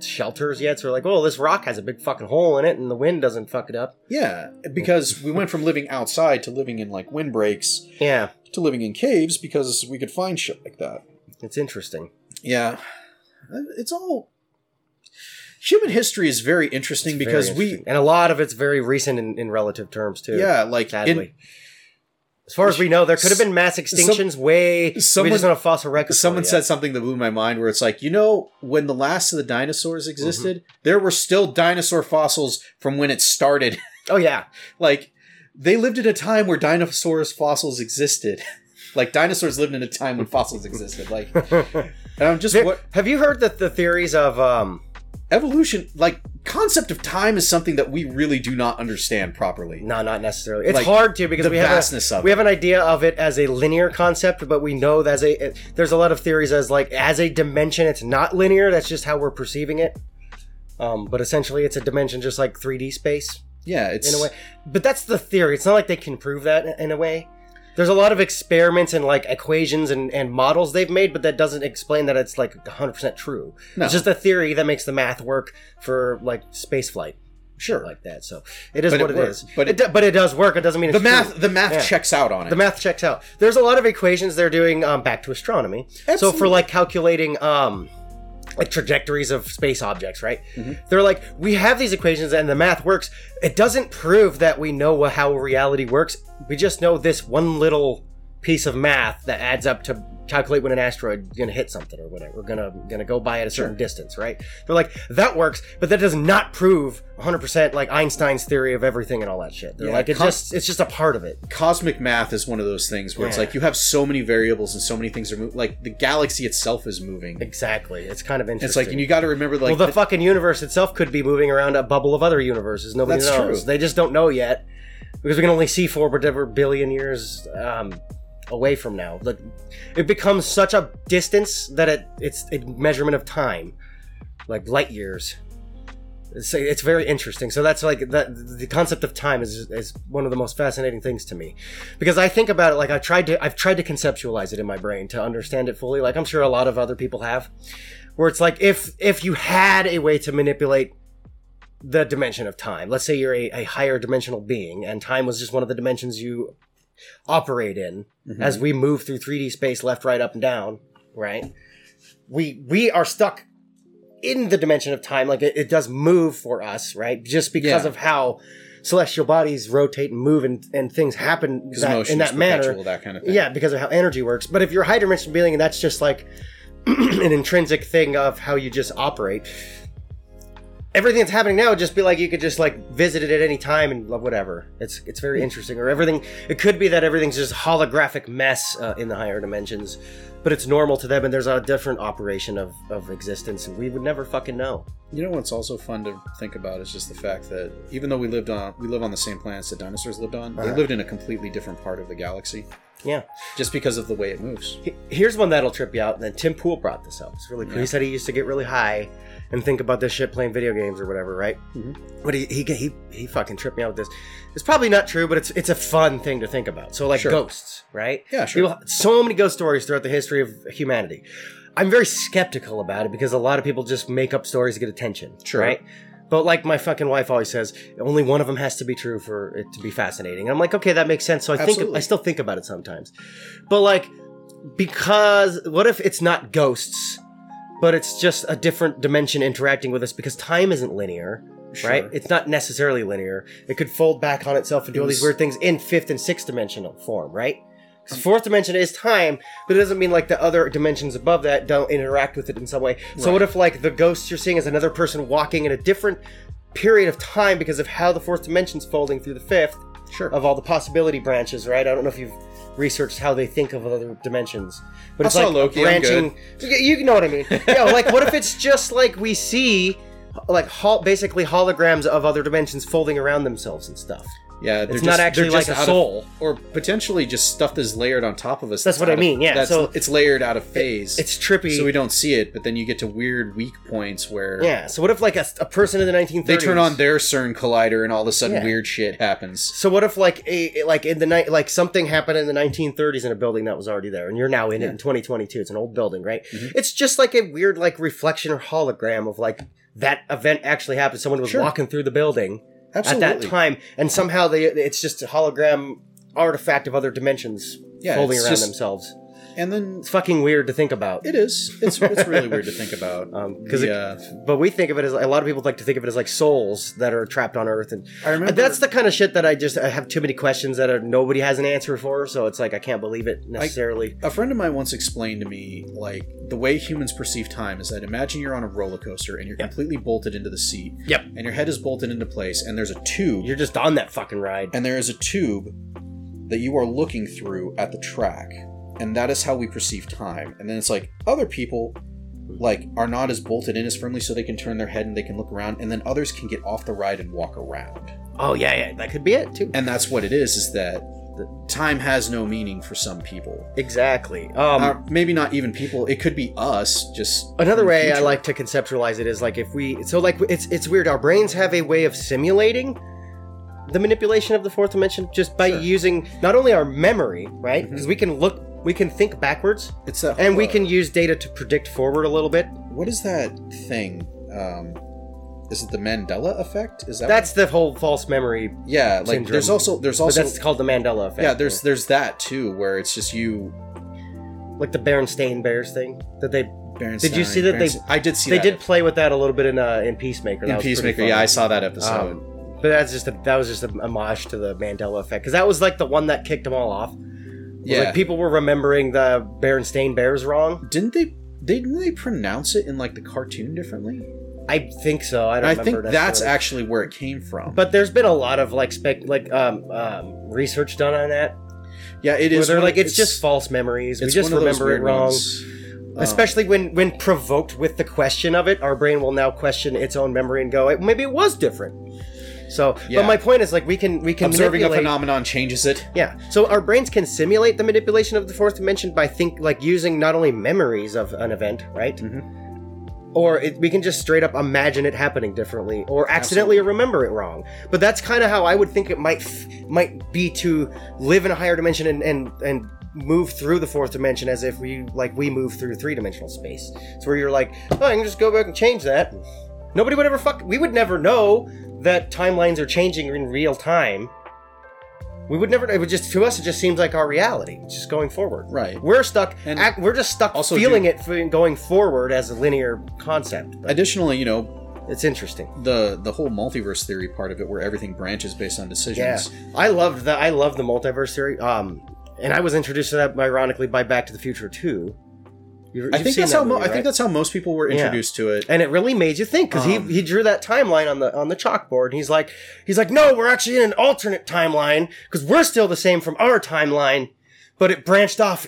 S1: shelters yet. So we're like, oh, this rock has a big fucking hole in it, and the wind doesn't fuck it up.
S2: Yeah, because we went from living outside to living in like windbreaks
S1: Yeah,
S2: to living in caves because we could find shit like that.
S1: it's interesting.
S2: Yeah. It's all human history is very interesting
S1: It's very
S2: because
S1: interesting. and a lot of it's very recent in, in relative terms too.
S2: we yeah, like
S1: sadly.
S2: in,
S1: as far as we know, there could have been mass extinctions way.
S2: someone-
S1: we just don't have fossil records. for
S2: someone
S1: it
S2: said
S1: yet.
S2: something that blew my mind where it's like, you know, when the last of the
S1: Mm-hmm.
S2: dinosaurs existed, there were still dinosaur fossils from when it started. [LAUGHS]
S1: "Oh yeah,
S2: like they lived at a time where dinosaurs fossils existed. [LAUGHS] like dinosaurs lived in a time when fossils existed. Like
S1: [LAUGHS]
S2: and I'm just
S1: There-
S2: what
S1: have you heard that the theories of um,
S2: evolution like concept of time is something that we really do not understand properly
S1: No, not necessarily. It's
S2: Like,
S1: hard to because
S2: the
S1: we have
S2: vastness
S1: a,
S2: of
S1: we
S2: it.
S1: have an idea of it as a linear concept, but we know that as a it- there's a lot of theories as like as a dimension. It's not linear. That's just how we're perceiving it. Um, but essentially, it's a dimension just like 3D space
S2: yeah it's
S1: in a way. But that's the theory. It's not like they can prove that in- in a way. There's a lot of experiments and like equations and, and models they've made, but that doesn't explain that it's like 100% true.
S2: No.
S1: It's just a theory that makes the math work for like space flight
S2: sure
S1: like that. So it is
S2: But it
S1: what it
S2: works.
S1: is.
S2: But
S1: But
S2: it-
S1: it, do- but it does work. It doesn't mean it's
S2: the math
S1: true.
S2: the math
S1: Yeah.
S2: checks out on it
S1: The math checks out. There's a lot of equations they're doing um, back to astronomy. So
S2: Absolutely.
S1: for like calculating um, like trajectories of space objects, right?
S2: Mm-hmm.
S1: They're like, we have these equations and the math works. It doesn't prove that we know how reality works. We just know this one little piece of math that adds up to calculate when an asteroid is going to hit something or whatever. We're going to going to go by at a certain distance, right? They're like that works, but that does not prove 100% like Einstein's theory of everything and all that shit. They're
S2: Yeah,
S1: like it
S2: con-
S1: just it's just a part of it.
S2: cosmic math is one of those things where it's
S1: Yeah.
S2: like you have so many variables and so many things are moving like the galaxy itself is moving
S1: Exactly. It's kind of interesting.
S2: it's like and you got to remember like
S1: well, the
S2: that-
S1: fucking universe itself could be moving around a bubble of other universes. Nobody
S2: That's
S1: knows.
S2: true.
S1: They just don't know yet because we can only see four whatever billion years um, away from now. Like, it becomes such a distance that it it's a measurement of time, like light years. So it's very interesting. So that's like that. The concept of time is is one of the most fascinating things to me, because I think about it like I tried to I've tried to conceptualize it in my brain to understand it fully. Like I'm sure a lot of other people have, where it's like if if you had a way to manipulate the dimension of time. Let's say you're a, a higher dimensional being, and time was just one of the dimensions you operate in
S2: Mhm.
S1: as we move through 3D space left, right, up, and down, right? We we are stuck in the dimension of time, like it, it does move for us, right? Just because
S2: Yeah.
S1: of how celestial bodies rotate and move and, and things happen
S2: 'cause
S1: that-
S2: motion
S1: in
S2: is
S1: that manner.
S2: perpetual, that kind of thing
S1: Yeah, because of how energy works. But if you're a high dimensional being and that's just like [CLEARS THROAT] an intrinsic thing of how you just operate, everything that's happening now would just be like you could just like visit it at any time and love whatever. It's it's very interesting. Or everything it could be that everything's just holographic mess uh, in the higher dimensions, but it's normal to them and there's a different operation of of existence and we would never fucking know.
S2: you know what's also fun to think about is just the fact that even though we lived on we live on the same planets that dinosaurs lived on they
S1: Uh-huh.
S2: lived in a completely different part of the galaxy
S1: Yeah.
S2: just because of the way it moves
S1: He- Here's one that'll trip you out. And then Tim Pool brought this up. It's really cool.
S2: Yeah.
S1: He said he used to get really high and think about this shit playing video games or whatever, right?
S2: Mhm.
S1: But he, he he he fucking tripped me out with this. It's probably not true, but it's it's a fun thing to think about. So like
S2: Sure.
S1: ghosts, right?
S2: yeah sure
S1: People- so many ghost stories throughout the history of humanity. I'm very skeptical about it because a lot of people just make up stories to get attention.
S2: Sure.
S1: Right? But like my fucking wife always says, only one of them has to be true for it to be fascinating. And I'm like, okay, that makes sense. So I think
S2: Absolutely.
S1: I still think about it sometimes. But like, because what if it's not ghosts, but it's just a different dimension interacting with us because time isn't linear
S2: Sure.
S1: right? It's not necessarily linear. It could fold back on itself and do
S2: It
S1: all
S2: was- Um,
S1: these weird things in fifth and sixth dimensional form, right? 'Cause the fourth dimension is time, but it doesn't mean like the other dimensions above that don't interact with it in some way. So
S2: Right.
S1: what if like the ghosts you're seeing is another person walking in a different period of time because of how the fourth dimension's folding through the fifth
S2: Sure.
S1: of all the possibility branches, right? I don't know if you've researched how they think of other dimensions,
S3: I
S1: but it's
S3: saw
S1: like
S3: Loki, I'm
S1: branching. [LAUGHS] You- You know what I mean? yeah. Like, what if it's just like we see, like hol- basically holograms of other dimensions folding around themselves and stuff.
S2: Yeah, they're
S1: It's not
S2: just-
S1: actually
S2: they're just
S1: like a
S2: out of-
S1: soul.
S2: or potentially just stuff that's layered on top of us.
S1: That's what I
S2: out of-
S1: mean, yeah,
S2: that's-
S1: so-
S2: it's layered out of phase.
S1: It's trippy.
S2: so we don't see it, but then you get to weird weak points where
S1: yeah. So what if like a, a person in the 1930s?
S2: they turn on their CERN collider and all of a sudden
S1: Yeah.
S2: weird shit happens.
S1: So what if like a like in the night like something happened in the 1930s in a building that was already there and you're now in it in 2022 it's an old building right
S2: Mhm.
S1: it's just like a weird like reflection or hologram of like that event actually happened someone was
S2: Sure.
S1: walking through the building
S2: Absolutely.
S1: at that time and somehow they it's just a hologram artifact of other dimensions
S2: Yeah,
S1: folding
S2: it's
S1: around
S2: just-
S1: themselves
S2: And then
S1: it's fucking weird to think about
S2: it is. It's it's really weird to think about.
S1: um, [LAUGHS] 'cause it-
S2: Yeah.
S1: but we think of it as a lot of people like to think of it as like souls that are trapped on earth and
S2: I remember
S1: that's the kind of shit that I just I have too many questions that are, nobody has an answer for, so it's like I can't believe it necessarily.
S2: A friend of mine once explained to me, like, the way humans perceive time is that imagine you're on a roller coaster and you're
S1: Yep.
S2: completely bolted into the seat.
S1: Yep.
S2: And your head is bolted into place, and there's a tube,
S1: You're just on that fucking ride.
S2: and there is a tube that you are looking through at the track. And that is how we perceive time. And then it's like other people like are not as bolted in as firmly so they can turn their head and they can look around and then others can get off the ride and walk around
S1: Oh yeah, yeah, that could be it too.
S2: and that's what it is is that the time has no meaning for some people
S1: Exactly. Um,
S2: uh, maybe not even people. It could be us. Just
S1: another
S2: in the
S1: way I
S2: future.
S1: like to conceptualize it is like if we so like it's it's weird. Our brains have a way of simulating the manipulation of the fourth dimension just by
S2: Sure.
S1: using not only our memory, right?
S2: Mhm.
S1: Because we can look, we can think backwards,
S2: It's that,
S1: and we
S2: uh,
S1: can use data to predict forward a little bit.
S2: What is that thing? Um, is it the Mandela effect? Is that
S1: That's the whole false memory.
S2: what- yeah? Like
S1: syndrome.
S2: there's also there's
S1: But
S2: also
S1: that's called the Mandela effect.
S2: yeah there's there's that too where it's just you.
S1: like the Berenstain Bears thing that they
S2: Berenstain,
S1: Did you see that they-
S2: Berenstain- I did see
S1: they
S2: that
S1: did play with that a little bit in uh, in Peacemaker. That
S2: in
S1: was pretty
S2: Peacemaker.
S1: fun.
S2: Yeah, I saw that episode.
S1: Um, but that's just a, that was just a homage to the Mandela effect because that was like the one that kicked them all off. It was
S2: yeah,
S1: like people were remembering the Berenstain Bears wrong.
S2: didn't they? they- Didn't they pronounce it in like the cartoon differently?
S1: I think so. I don't.
S2: I
S1: remember
S2: think that's
S1: necessarily.
S2: actually where it came from.
S1: But there's been a lot of like spec like um, um research done on that.
S2: yeah, it
S1: Where
S2: is.
S1: they're
S2: one-
S1: like it's, just false memories. We
S2: it's
S1: just
S2: one of those
S1: remember it
S2: weird
S1: wrong.
S2: ones. Um,
S1: Oh. Especially when when provoked with the question of it, our brain will now question its own memory and go, maybe it was different. So,
S2: Yeah.
S1: but my point is like we can we can
S2: observing a
S1: manipulate-
S2: phenomenon changes it.
S1: Yeah. So our brains can simulate the manipulation of the fourth dimension by think like using not only memories of an event, right? Or it, we can just straight up imagine it happening differently, or accidentally remember it wrong. But that's kind of how I would think it might f- might be to live in a higher dimension and and and move through the fourth dimension as if we like we move through three dimensional space. It's where you're like, oh, I can just go back and change that. Nobody would ever fuck. We would never know that timelines are changing in real time. We would never. It would just to us. It just seems like our reality, It's just going forward.
S2: Right.
S1: We're stuck.
S2: And
S1: act, we're just stuck
S2: also
S1: feeling
S2: do-
S1: it it going forward as a linear concept. But
S2: Additionally, you know
S1: it's interesting.
S2: the the whole multiverse theory part of it, where everything branches based on
S1: Yeah,
S2: decisions.
S1: I loved the I love the multiverse theory. Um, and I was introduced to that ironically by Back to the Future too. You,
S2: I think that's how mo- I think that's how most people were
S1: Yeah.
S2: introduced to it.
S1: and it really made you think because
S2: Um,
S1: he he drew that timeline on the on the chalkboard. And he's like he's like, no, we're actually in an alternate timeline because we're still the same from our timeline, but it branched off.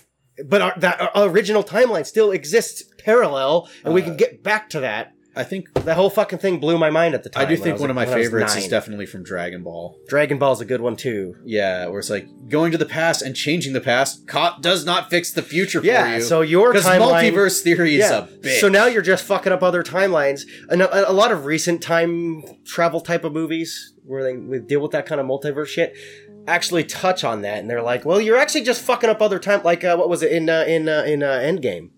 S1: But our, that our original timeline still exists parallel, and we
S2: Uh.
S1: can get back to that.
S2: I think
S1: That whole fucking thing blew my mind at the time.
S2: I do
S1: when
S2: think
S1: was,
S2: one of my
S1: like, when I was
S2: favorites is
S1: nine.
S2: definitely from Dragon Ball.
S1: Dragon Ball's a good one too.
S2: Yeah, where it's like going to the past and changing the past co- does not fix the future for
S1: Yeah,
S2: you.
S1: so your
S2: because
S1: timeline
S2: multiverse theory is a bitch.
S1: So now you're just fucking up other timelines. And a, a lot of recent time travel type of movies where they we deal with that kind of multiverse shit actually touch on that, and they're like, "Well, you're actually just fucking up other time." Like uh, what was it in uh, in uh, in uh, Endgame?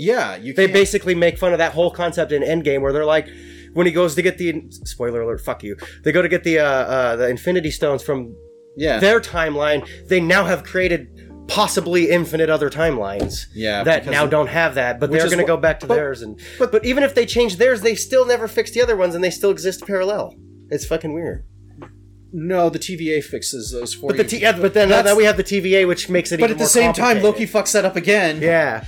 S2: yeah, you
S1: They
S2: can't-
S1: basically make fun of that whole concept in Endgame, where they're like, when he goes to get the spoiler alert, fuck you. They go to get the uh, uh, the Infinity Stones from
S2: yeah
S1: their timeline. They now have created possibly infinite other timelines
S2: yeah
S1: that
S2: because
S1: now
S2: of-
S1: don't have that, but
S2: Which
S1: they're
S2: is
S1: going to
S2: wh-
S1: go back to
S2: but-
S1: theirs. And but,
S2: but-
S1: but even if they change theirs, they still never fix the other ones, and they still exist parallel. It's fucking weird.
S2: No, the TVA fixes those for
S1: But
S2: you.
S1: the T- yeah, but then now
S2: That's-
S1: that we have the TVA, which makes it. even
S2: but at the
S1: more
S2: same time, Loki
S1: complicated.
S2: fucks that up again.
S1: Yeah,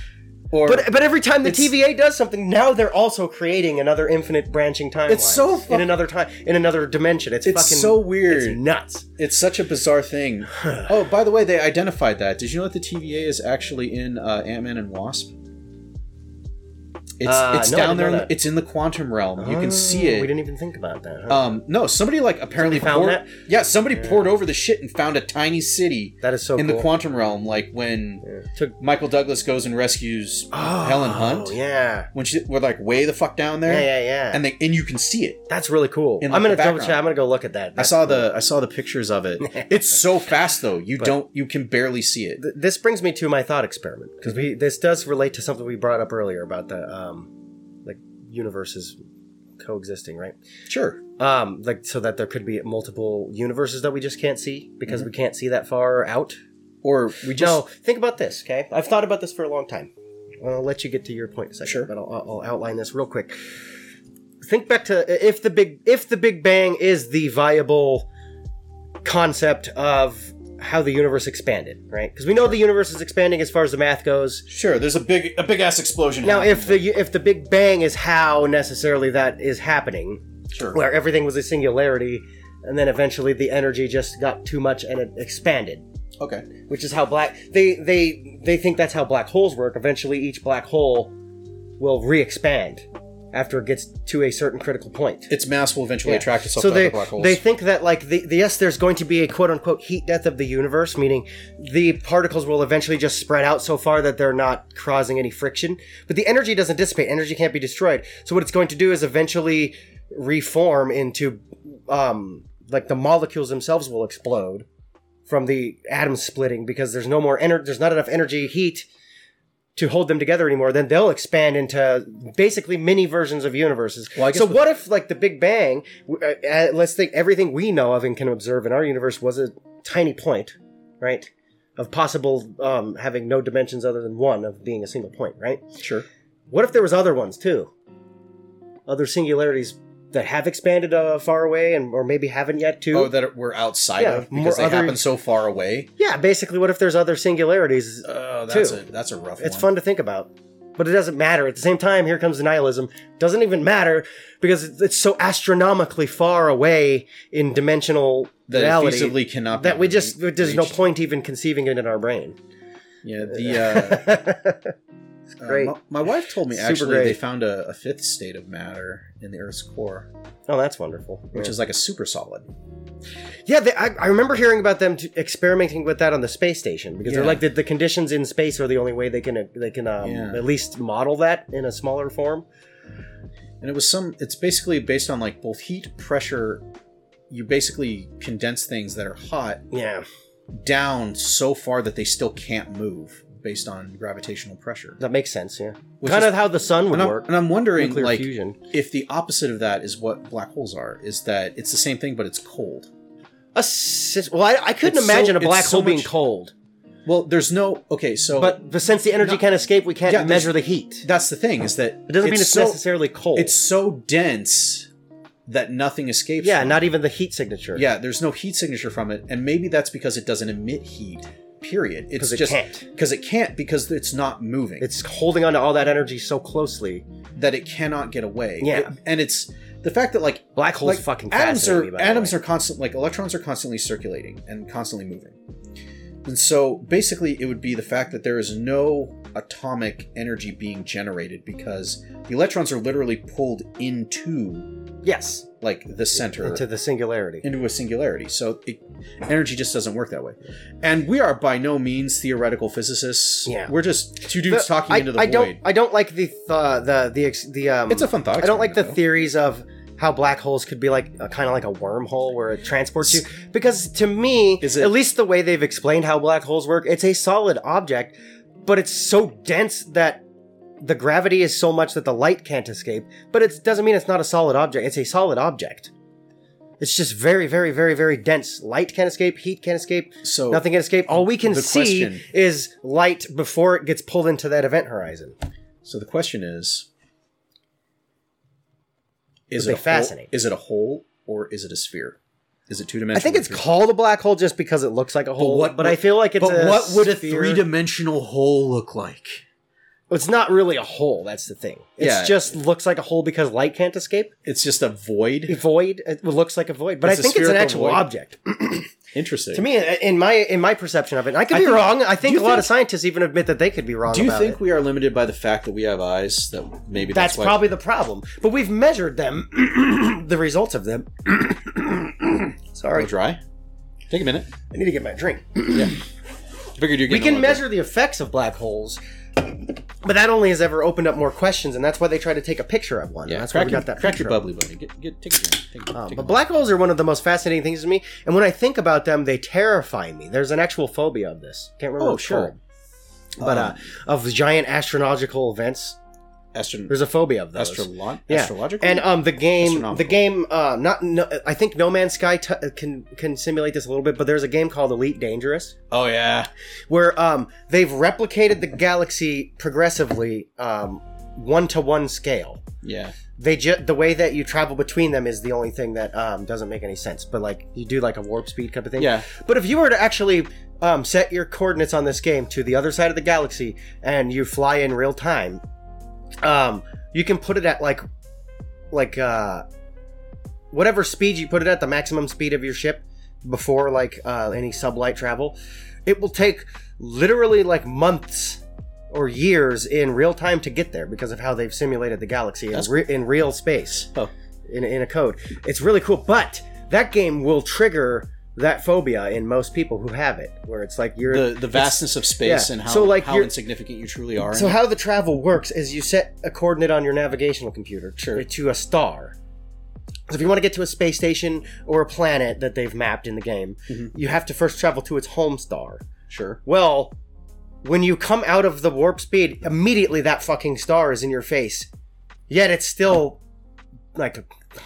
S2: Or
S1: but but every time the
S2: It's-
S1: TVA does something, now they're also creating another infinite branching timeline.
S2: It's so fuck-
S1: in another time, in another dimension. It's,
S2: It's
S1: fucking
S2: so weird.
S1: It's nuts.
S2: it's such a
S1: [SIGHS]
S2: bizarre thing. oh, by the way, they identified that. Did you know that the TVA is actually in uh, Ant Man and Wasp? It's
S1: Uh,
S2: it's
S1: no, I
S2: down
S1: didn't
S2: there.
S1: know
S2: in the-
S1: that. Oh,
S2: It's in the quantum realm. You can see
S1: We
S2: it.
S1: didn't even think about that. huh?
S2: Um, no, somebody like apparently
S1: found
S2: poured,
S1: that?
S2: Yeah, somebody poured over the shit and found a tiny city
S1: that is so
S2: in
S1: Oh, cool.
S2: the quantum realm. Like when
S1: Took-
S2: Michael Douglas goes and rescues Helen Hunt
S1: Oh, yeah.
S2: when she we're like way the fuck down there,
S1: Yeah, yeah, yeah.
S2: and they and you can see it.
S1: That's really cool.
S2: In, like,
S1: I'm gonna
S2: the
S1: double
S2: background.
S1: check. I'm gonna go look at that.
S2: I
S1: That's
S2: saw the I saw the pictures
S1: [LAUGHS]
S2: of it. it's so fast though. You don't you can barely see it.
S1: Th- this brings me to my thought experiment because we this does relate to something we brought up earlier about the um like universes coexisting right
S2: Sure.
S1: um like so that there could be multiple universes that we just can't see because
S2: Mm-hmm.
S1: we can't see that far out
S2: Or we just
S1: no think about this okay i've thought about this for a long time i'll let you get to your point in a second
S2: Sure.
S1: but I'll, I'll I'll outline this real quick think back to if the big if the big bang is the viable concept of how the universe expanded right because we know the universe is expanding as far as the math goes
S2: sure. There's a big a big ass explosion.
S1: now
S2: happening.
S1: if the if the big bang is how necessarily that is happening
S2: sure
S1: where everything was a singularity and then eventually the energy just got too much and it expanded
S2: okay
S1: which is how black they they they think that's how black holes work eventually each black hole will re-expand after it gets to a certain critical point
S2: its mass will eventually attract itself
S1: so
S2: to
S1: they,
S2: other black holes.
S1: they think that like the, the yes there's going to be a quote unquote heat death of the universe meaning the particles will eventually just spread out so far that they're not causing any friction but the energy doesn't dissipate energy can't be destroyed so what it's going to do is eventually reform into um like the molecules themselves will explode from the atom splitting because there's no more energy there's not enough energy heat to hold them together anymore then they'll expand into basically mini versions of universes
S2: Well, I guess
S1: so
S2: the-
S1: what if like the big bang w- uh, uh, let's think everything we know of and can observe in our universe was a tiny point right of possible um, having no dimensions other than one of being a single point right
S2: sure.
S1: what if there was other ones too? Other singularities that have expanded uh, far away and or maybe haven't yet too.
S2: Oh, that it- we're outside
S1: Yeah,
S2: of
S1: more
S2: because they
S1: other-
S2: happen so far away.
S1: yeah, basically, what if there's other singularities?
S2: Oh, that's
S1: Two.
S2: a that's a rough.
S1: it's
S2: one.
S1: fun to think about, but it doesn't matter. At the same time, here comes the nihilism. Doesn't even matter because it's- it's so astronomically far away in dimensional
S2: that it
S1: reality
S2: feasibly cannot be
S1: that we just
S2: re-
S1: there's no
S2: reached.
S1: point even conceiving it in our brain. [LAUGHS]
S2: Yeah, the uh,
S1: great.
S2: uh, my, my wife told me
S1: Super
S2: actually
S1: great.
S2: they found a, a fifth state of matter in the Earth's core,
S1: oh, that's wonderful.
S2: which is like a super solid.
S1: Yeah, they, I, I remember hearing about them t- experimenting with that on the space station because
S2: Yeah.
S1: they're like the, the conditions in space are the only way they can uh, they can um,
S2: Yeah.
S1: at least model that in a smaller form.
S2: and it was some it's basically based on like both heat pressure you basically condense things that are hot
S1: Yeah,
S2: down so far that they still can't move based on gravitational pressure
S1: that makes sense. Yeah,
S2: Which
S1: kind
S2: is-
S1: of how the sun would
S2: and I'm,
S1: work.
S2: and I'm wondering
S1: Nuclear
S2: like
S1: fusion.
S2: if the opposite of that is what black holes are is that it's the same thing but it's cold
S1: A sis- well, I, I couldn't
S2: It's so-
S1: imagine a
S2: it's
S1: black
S2: so
S1: hole being
S2: much-
S1: cold,
S2: well there's no okay so
S1: but, but since the energy
S2: Not-
S1: can't escape, we can't
S2: Yeah, there's-
S1: measure the heat.
S2: that's the thing is that
S1: It doesn't mean it's
S2: so,
S1: necessarily cold.
S2: it's so dense that nothing escapes
S1: yeah,
S2: from
S1: not even the heat signature.
S2: Yeah, there's no heat signature from it, and maybe that's because it doesn't emit heat. Period. It's
S1: 'Cause it
S2: just
S1: can't.
S2: because it can't because it's not moving.
S1: it's holding on to all that energy so closely.
S2: that it cannot get away.
S1: Yeah.
S2: It- and it's the fact that like
S1: Black holes
S2: like
S1: fucking
S2: atoms
S1: fascinate
S2: are
S1: me, by the
S2: atoms
S1: way.
S2: are constant like electrons are constantly circulating and constantly moving. And so basically, it would be the fact that there is no atomic energy being generated because the electrons are literally pulled into
S1: yes
S2: like the center
S1: into the singularity.
S2: into a singularity. So it, energy just doesn't work that way. And we are by no means theoretical physicists.
S1: Yeah.
S2: We're just two dudes
S1: The-
S2: talking
S1: I,
S2: into the
S1: I
S2: void.
S1: don't. I don't like the th- uh, the the ex- the um.
S2: it's a fun thought.
S1: I don't like the
S2: experiment, though.
S1: theories of how black holes could be like a, kind of like a wormhole where it transports you because to me
S2: Is it-
S1: at least the way they've explained how black holes work it's a solid object but it's so dense that the gravity is so much that the light can't escape but it doesn't mean it's not a solid object it's a solid object it's just very very very very dense light can't escape heat can't escape
S2: So
S1: Nothing can escape. All we can
S2: The
S1: see
S2: question-
S1: is light before it gets pulled into that event horizon.
S2: So the question is: Is
S1: Would
S2: it
S1: they
S2: a
S1: fascinate?
S2: Hole, is it a hole or is it a sphere? Is it two
S1: I
S2: dimensional?
S1: think it's called a black hole just because it looks like a hole. But,
S2: what-
S1: I feel like it's.
S2: But
S1: a
S2: what would a
S1: sphere.
S2: three dimensional hole look like?
S1: It's not really a hole. That's the thing. It
S2: Yeah.
S1: just looks like a hole because light can't escape.
S2: It's just a void.
S1: Void. It looks like a void, but
S2: It's
S1: I
S2: a
S1: think it's an
S2: spherical
S1: actual
S2: void.
S1: object.
S2: Interesting.
S1: To me, in my in my perception of it, and I could
S2: I
S1: be
S2: think-
S1: wrong. I think a
S2: you
S1: lot
S2: think-
S1: of scientists even admit that they could be wrong.
S2: Do you
S1: about
S2: think
S1: it.
S2: we are limited by the fact that we have eyes? That maybe
S1: that's
S2: that's, why.
S1: probably the problem? But we've measured them, [CLEARS THROAT] the results of them. [CLEARS THROAT] Sorry,
S2: Go dry. Take a minute.
S1: I need to get my drink.
S2: Figured you
S1: we can measure the effects of black holes but that only has ever opened up more questions and that's why they try to take a picture of one
S2: Yeah,
S1: yeah, that's why
S2: crack,
S1: we
S2: your,
S1: got that
S2: crack
S1: picture
S2: your bubbly buddy. Get, get, take a drink. Take,
S1: Um,
S2: take a
S1: but black holes are one of the most fascinating things to me and when i think about them they terrify me there's an actual phobia of this can't remember
S2: Oh,
S1: what it's
S2: sure. Um,
S1: called. but uh, of giant astronomical events
S2: Astro-
S1: there's a phobia of those
S2: astrolo-
S1: Yeah.
S2: astrological.
S1: and um, the game, the
S2: Astronomical.
S1: game, uh, not no, I think No Man's Sky t- can can simulate this a little bit, but there's a game called Elite Dangerous,
S2: oh yeah,
S1: where um, they've replicated the galaxy progressively one to one scale.
S2: yeah.
S1: They ju- the way that you travel between them is the only thing that um, doesn't make any sense. But like you do like a warp speed kind of thing.
S2: Yeah.
S1: But if you were to actually um, set your coordinates on this game to the other side of the galaxy and you fly in real time, um, you can put it at like like uh, whatever speed you put it at, the maximum speed of your ship before like uh, any sublight travel. It will take literally like months or years in real time to get there because of how they've simulated the galaxy in,
S2: That's-
S1: re- in real space
S2: Oh.
S1: in, in a code. It's really cool, but that game will trigger that phobia in most people who have it, where it's like you're
S2: The the vastness of space
S1: yeah.
S2: and how
S1: So, like,
S2: how
S1: you're-
S2: insignificant you truly are.
S1: So
S2: and-
S1: how the travel works is you set a coordinate on your navigational computer to-
S2: Sure.
S1: to a star. So if you want to get to a space station or a planet that they've mapped in the game,
S2: Mhm.
S1: you have to first travel to its home star.
S2: sure.
S1: Well, when you come out of the warp speed, immediately that fucking star is in your face. Yet it's still like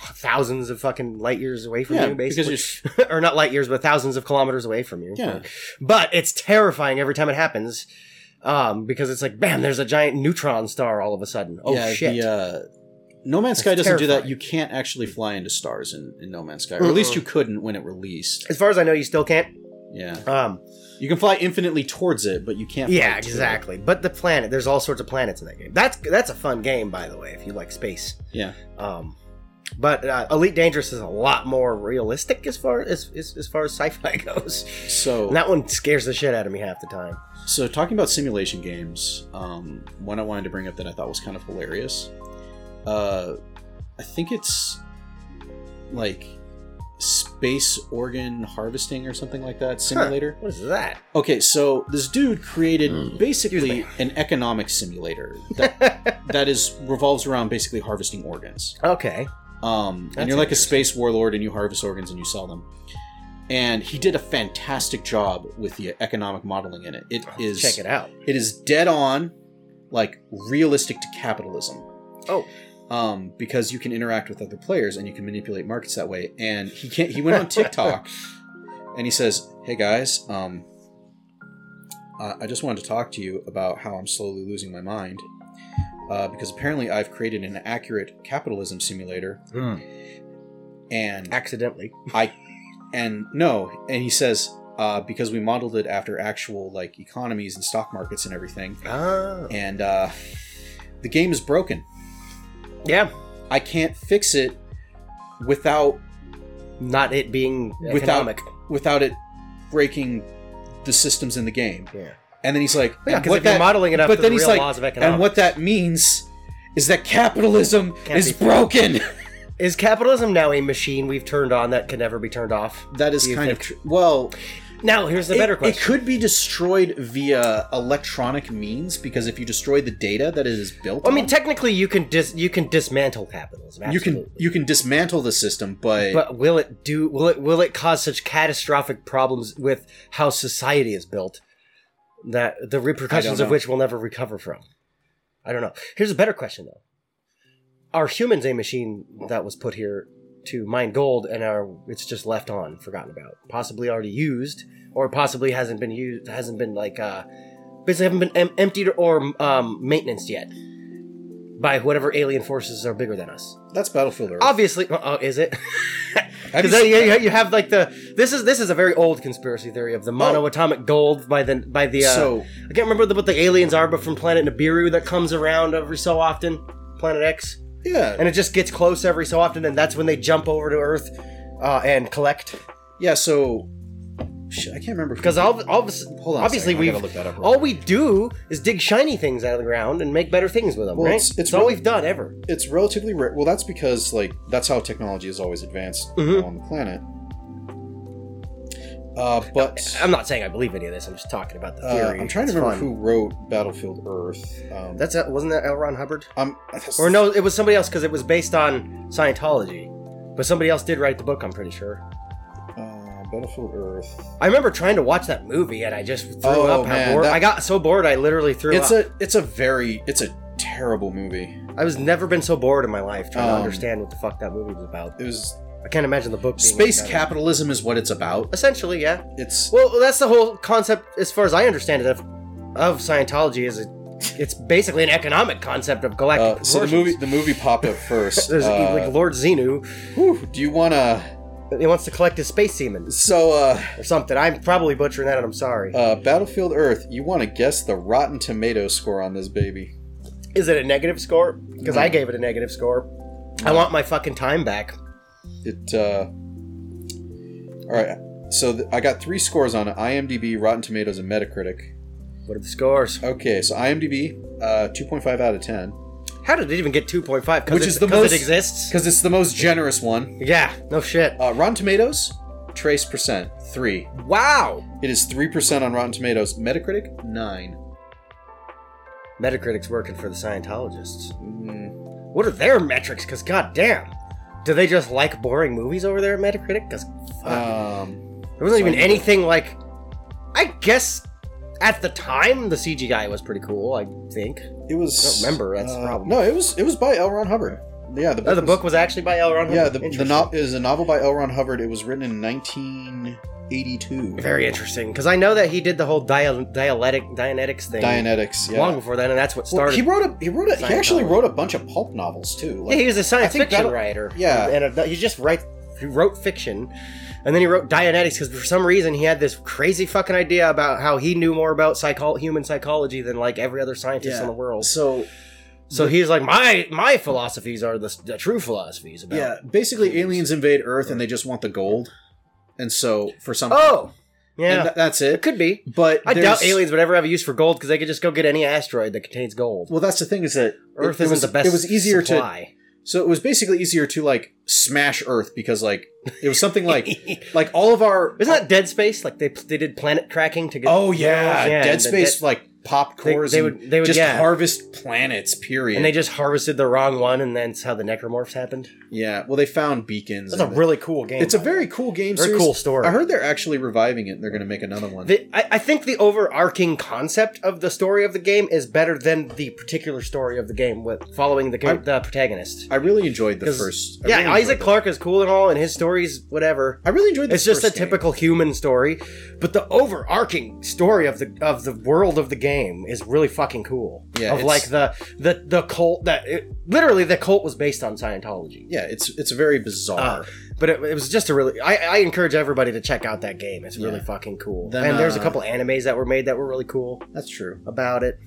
S1: thousands of fucking light years away from
S2: Yeah,
S1: you,
S2: because
S1: basically.
S2: you're
S1: [LAUGHS]
S2: s-
S1: or not light years, but thousands of kilometers away from you.
S2: Yeah.
S1: But it's terrifying every time it happens. Um, because it's like, bam, there's a giant neutron star all of a sudden. Oh
S2: yeah,
S1: shit.
S2: The, uh, no Man's
S1: That's
S2: Sky doesn't do that.
S1: terrifying. Uh-uh.
S2: You can't actually fly into stars in, in No Man's Sky, or at
S1: Mm-mm.
S2: least you couldn't when it released.
S1: as far as I know, you still can't.
S2: Yeah,
S1: Um,
S2: you can fly infinitely towards it, but you can't. fly
S1: yeah,
S2: to it.
S1: exactly. But the planet, there's all sorts of planets in that game. That's that's a fun game, by the way, if you like space.
S2: Yeah.
S1: Um, but uh, Elite Dangerous is a lot more realistic as far as as, as far as sci-fi [LAUGHS] goes.
S2: So
S1: And that one scares the shit out of me half the time.
S2: So, talking about simulation games, um, one I wanted to bring up that I thought was kind of hilarious. Uh, I think it's like space organ harvesting or something like that simulator.
S1: What is that?
S2: Okay, so this dude created
S1: Mm.
S2: basically
S1: Excuse
S2: an economic simulator that,
S1: [LAUGHS]
S2: that is revolves around basically harvesting organs.
S1: okay.
S2: Um,
S1: That's
S2: and you're like a
S1: interesting.
S2: space warlord and you harvest organs and you sell them. And he did a fantastic job with the economic modeling in it. It
S1: I'll have to
S2: is
S1: Oh, check it out.
S2: it is dead on, like realistic to capitalism.
S1: Oh.
S2: Um, because you can interact with other players and you can manipulate markets that way. And he can't he went on TikTok and he says, Hey guys, um uh, I just wanted to talk to you about how I'm slowly losing my mind. Uh, because apparently I've created an accurate capitalism simulator and
S1: Accidentally.
S2: and no and he says uh, because we modeled it after actual like economies and stock markets and everything
S1: Ah.
S2: and uh, the game is broken.
S1: Yeah.
S2: I can't fix it without
S1: Not it being
S2: Without-
S1: economic.
S2: without it breaking the systems in the game.
S1: Yeah.
S2: And then he's like,
S1: Yeah,
S2: and
S1: because
S2: what
S1: if you're
S2: that-
S1: modeling it
S2: but
S1: after the
S2: then he's
S1: real
S2: like,
S1: laws of economics.
S2: and what that means is that capitalism
S1: Can't
S2: is
S1: be
S2: broken.
S1: Is capitalism now a machine we've turned on that can never be turned off?
S2: that is
S1: Do you
S2: kind
S1: think-
S2: of tr- well.
S1: Now, here's the
S2: it-
S1: better
S2: it,
S1: question.
S2: could be destroyed via electronic means because if you destroy the data that it is built,
S1: I mean,
S2: on,
S1: technically, you can dis- you can dismantle capitalism.
S2: you can
S1: absolutely.
S2: you can dismantle the system,
S1: but will it do? Will it will it cause such catastrophic problems with how society is built that the repercussions of
S2: know.
S1: which we'll never recover from? I don't know. Here's a better question though: Are humans a machine that was put here to mine gold, and are it's just left on, forgotten about, possibly already used, or possibly hasn't been used, hasn't been like uh, basically haven't been em- emptied or um, maintenance yet? by whatever alien forces are bigger than us.
S2: That's Battlefield Earth.
S1: Obviously, oh, oh, is it? [LAUGHS]
S2: Have you
S1: Because then
S2: seen-
S1: you, you have like the this is this is a very old conspiracy theory of the monoatomic gold by the by the uh,
S2: So-
S1: I can't remember the, what the aliens are, but from planet Nibiru that comes around every so often, Planet X,
S2: yeah,
S1: and it just gets close every so often, and that's when they jump over to Earth uh, and collect.
S2: yeah. So Shit, I can't remember
S1: Because all, all of us-
S2: Hold on a
S1: obviously
S2: second, I
S1: we've
S2: gotta look that up real
S1: all we do is dig shiny things out of the ground and make better things with them,
S2: Well,
S1: right?
S2: it's-
S1: It's,
S2: it's
S1: all
S2: really-
S1: we've done ever.
S2: it's relatively rare. Well, that's because like that's how technology is always advanced
S1: Mhm.
S2: on the planet. Uh, but
S1: I'm not saying I believe any of this. I'm just talking about the
S2: uh,
S1: theory.
S2: I'm trying to
S1: It's
S2: remember
S1: fun.
S2: who wrote Battlefield Earth. Um,
S1: That's uh, wasn't that L. Ron Hubbard?
S2: I'm, uh, that's-
S1: Or no, it was somebody else because it was based on Scientology. But somebody else did write the book, I'm pretty sure.
S2: uh, Battlefield Earth.
S1: I remember trying to watch that movie and I just threw
S2: Oh,
S1: up. How
S2: man,
S1: bored.
S2: that-
S1: I got so bored I literally threw
S2: It's
S1: up.
S2: a it's a very it's a terrible movie.
S1: I was never been so bored in my life trying to
S2: Um,
S1: understand what the fuck that movie was about.
S2: It was
S1: I can't imagine the book. Being
S2: space
S1: better.
S2: capitalism is what it's about.
S1: Essentially, yeah.
S2: It's
S1: Well, that's the whole concept, as far as I understand it, of, of Scientology is it, it's basically an economic concept of galactic
S2: uh, so the movie
S1: proportions.
S2: the movie
S1: [LAUGHS]
S2: popped up first.
S1: There's
S2: Uh,
S1: like Lord Xenu.
S2: whew, do you wanna?
S1: He wants to collect his space semen
S2: So uh,
S1: or something. I'm probably butchering that, and I'm sorry.
S2: uh, Battlefield Earth. You wanna guess the Rotten Tomato score on this baby?
S1: Is it a negative score? Because I gave it a negative score. I want my fucking time back.
S2: It. Uh, all right. So th- I got three scores on it: IMDb, Rotten Tomatoes, and Metacritic.
S1: What are the scores?
S2: Okay, so IMDb, uh, two point five out of ten,
S1: How did it even get 2.5? 'Cause
S2: Which
S1: it-
S2: is the
S1: 'cause
S2: most-
S1: it exists?
S2: because it's the most generous one.
S1: Yeah, no shit.
S2: Uh, Rotten Tomatoes, trace percent three.
S1: Wow!
S2: It is three percent on Rotten Tomatoes. Metacritic nine.
S1: Metacritic's working for the Scientologists. Mm-hmm.
S2: Mm,
S1: What are their metrics? Because goddamn, do they just like boring movies over there at Metacritic? Because
S2: um,
S1: there wasn't even
S2: so-
S1: anything like. I guess at the time the CGI was pretty cool. I think
S2: it was. uh,
S1: I don't remember, that's the problem.
S2: No, it was. It was by L. Ron Hubbard. Yeah, the book.
S1: oh, the book was actually by L. Ron.
S2: Was, yeah, the
S1: Hubbard?
S2: the
S1: Interesting.
S2: no- is a novel by L. Ron Hubbard. It was written in 1982.
S1: Very interesting because I know that he did the whole dia- dialectic Dianetics thing
S2: Dianetics. Yeah.
S1: long before then, and that's what
S2: Well,
S1: started.
S2: he wrote a he wrote a he actually
S1: Scientology.
S2: wrote a bunch of pulp novels too.
S1: yeah, he
S2: Like,
S1: was a science
S2: think
S1: fiction
S2: that'll-
S1: writer.
S2: Yeah.
S1: and a, he just writes. He wrote fiction, and then he wrote Dianetics because for some reason he had this crazy fucking idea about how he knew more about psycho- human psychology than like every other scientist
S2: Yeah.
S1: in the world.
S2: so
S1: So he's like, my my philosophies are the, the true philosophies about.
S2: yeah, basically aliens invade Earth and they just want the gold, and so for some
S1: Oh,
S2: and
S1: yeah,
S2: tha- that's
S1: it
S2: it.
S1: could be.
S2: But
S1: I
S2: there's-
S1: doubt aliens would ever have a use for gold because they could just go get any asteroid that contains gold.
S2: Well, that's the thing is that
S1: Earth
S2: it,
S1: isn't
S2: it was,
S1: the best.
S2: It was easier to
S1: supply.
S2: so it was basically easier to like smash Earth because like it was something
S1: [LAUGHS]
S2: like [LAUGHS] like all of our
S1: Isn't that Dead Space? Like they they did planet cracking to get.
S2: oh yeah,
S1: and
S2: Dead
S1: the
S2: Space
S1: dead-
S2: like pop
S1: They-
S2: cores
S1: they
S2: and
S1: would- they would-
S2: just
S1: yeah.
S2: harvest planets. Period.
S1: and they just harvested the wrong one, and that's how the necromorphs happened.
S2: yeah, well they found beacons.
S1: That's a
S2: and the-
S1: really cool game.
S2: It's a very cool game.
S1: Very
S2: series.
S1: cool story.
S2: I heard they're actually reviving it and they're going to make another one.
S1: The, I, I think the overarching concept of the story of the game is better than the particular story of the game with following the, ca-
S2: I-
S1: the protagonist.
S2: I really enjoyed the
S1: 'Cause-
S2: first. I
S1: yeah,
S2: really
S1: Isaac
S2: enjoyed the-
S1: Clarke is cool and all, and his story's whatever.
S2: I really enjoyed. The
S1: It's just a
S2: first game.
S1: typical human story, but the overarching story of the of the world of the game is really fucking cool.
S2: Yeah,
S1: of
S2: it's-
S1: like the the the cult that it, literally the cult was based on Scientology.
S2: Yeah, it's it's very bizarre.
S1: Uh, but it, it was just a really. I, I encourage everybody to check out that game. It's really
S2: Yeah.
S1: fucking cool.
S2: Then,
S1: and there's a
S2: uh,
S1: couple animes that were made that were really cool
S2: That's true.
S1: about it.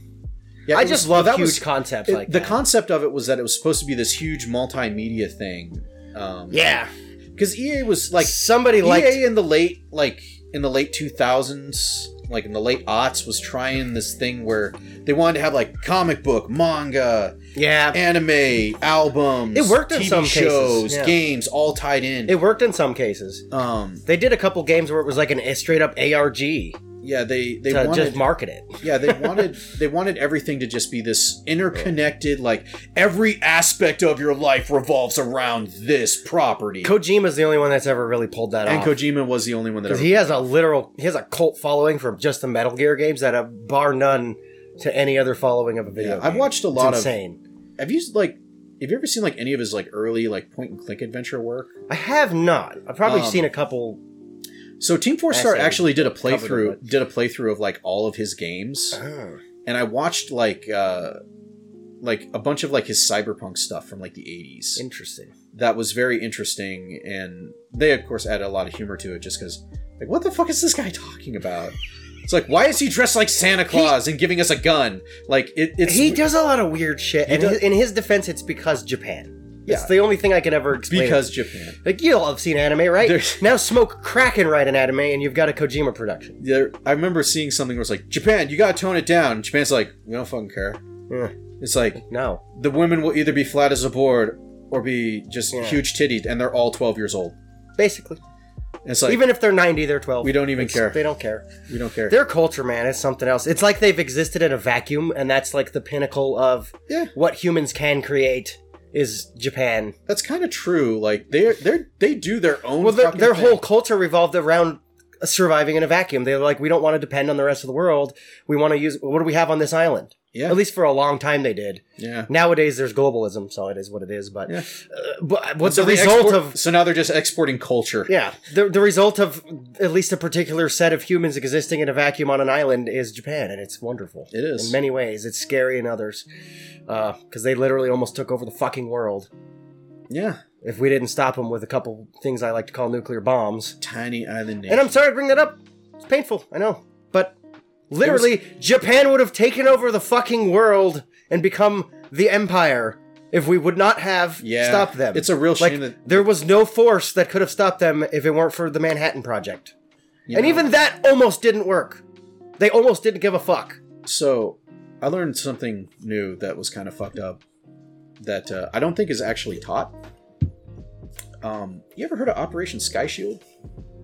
S2: Yeah,
S1: I
S2: it
S1: just
S2: was-
S1: love
S2: that
S1: huge
S2: was-
S1: concepts
S2: it-
S1: like
S2: the
S1: that.
S2: concept of it was that it was supposed to be this huge multimedia thing. Um,
S1: yeah,
S2: because EA was
S1: like
S2: like
S1: somebody
S2: EA
S1: liked.
S2: E in the late like in the late two thousands, like in the late aughts, was trying this thing where they wanted to have like comic book, manga,
S1: yeah,
S2: anime albums.
S1: It worked in
S2: TV
S1: some cases,
S2: shows,
S1: yeah.
S2: games, all tied in.
S1: it worked in some cases.
S2: um,
S1: They did a couple games where it was like an a straight up ARG to
S2: yeah, they they
S1: Uh, just
S2: wanted,
S1: market it.
S2: yeah, they wanted, they wanted everything to just be this interconnected, like every aspect of your life revolves around this property.
S1: Kojima's the only one that's ever really pulled that
S2: and
S1: off.
S2: Kojima was the only one that ever.
S1: Because he has a literal, he has a cult following from just the Metal Gear games that have bar none to any other following of a video.
S2: Yeah, I've
S1: game.
S2: watched a
S1: It's
S2: lot of-
S1: insane.
S2: have you like, have you ever seen like any of his like early like point and click adventure work?
S1: I have not. I've probably
S2: Um,
S1: seen a couple.
S2: So Team Four Star
S1: Fascinating.
S2: actually did a
S1: Covered Uh-huh. it,
S2: uh, playthrough, did a playthrough of like all of his games.
S1: Oh.
S2: and I watched like uh like a bunch of like his cyberpunk stuff from like the 80s
S1: Interesting.
S2: that was very interesting and they of course added a lot of humor to it just because like what the fuck is this guy talking about it's like why is he dressed like santa claus and giving us a gun like it, it's
S1: he does a lot of weird shit,
S2: He
S1: and
S2: does-
S1: his- in his defense, it's because Japan.
S2: Yeah.
S1: It's the only thing I can ever explain.
S2: because japan
S1: like you all have seen anime, right? [LAUGHS]
S2: There's-
S1: Now smoke crack and write an anime, and you've got a Kojima production.
S2: there, i remember seeing something where it's like japan you gotta tone it down and japan's like we don't fucking care
S1: Eh,
S2: it's like
S1: no,
S2: the women will either be flat as a board or be just
S1: Yeah.
S2: huge tittied and they're all 12 years old
S1: basically,
S2: and it's like
S1: even if they're ninety, they're twelve.
S2: we don't even
S1: It's-
S2: care
S1: They don't care.
S2: we don't care
S1: Their culture, man, is something else. It's like they've existed in a vacuum, and that's like the pinnacle of
S2: Yeah.
S1: what humans can create is Japan.
S2: that's kind of true like they're they're they do their own
S1: Well, their,
S2: fucking
S1: their
S2: thing.
S1: whole culture revolved around surviving in a vacuum. They were like, we don't want to depend on the rest of the world. We want to use what do we have on this island?
S2: yeah
S1: At least for a long time, they did.
S2: yeah
S1: Nowadays, there's globalism, so it is what it is. But,
S2: Yeah.
S1: uh, but what's
S2: So
S1: the
S2: they
S1: result
S2: export-
S1: of?
S2: so now they're just exporting culture
S1: Yeah, the, the result of at least a particular set of humans existing in a vacuum on an island is Japan, and it's wonderful.
S2: It is.
S1: in many ways. It's scary in others because they literally almost took over the fucking world.
S2: yeah
S1: If we didn't stop them with a couple things I like to call nuclear bombs,
S2: tiny island nation
S1: And I'm sorry to bring that up. It's painful, I know. But literally, Japan would have taken over the fucking world and become the empire if we would not have
S2: yeah
S1: stopped them.
S2: it's a real
S1: like,
S2: shame that
S1: there was no force that could have stopped them if it weren't for the Manhattan Project.
S2: you
S1: and
S2: know,
S1: even that almost didn't work. They almost didn't give a fuck.
S2: so i learned something new that was kind of fucked up that uh, i don't think is actually taught um you ever heard of operation sky shield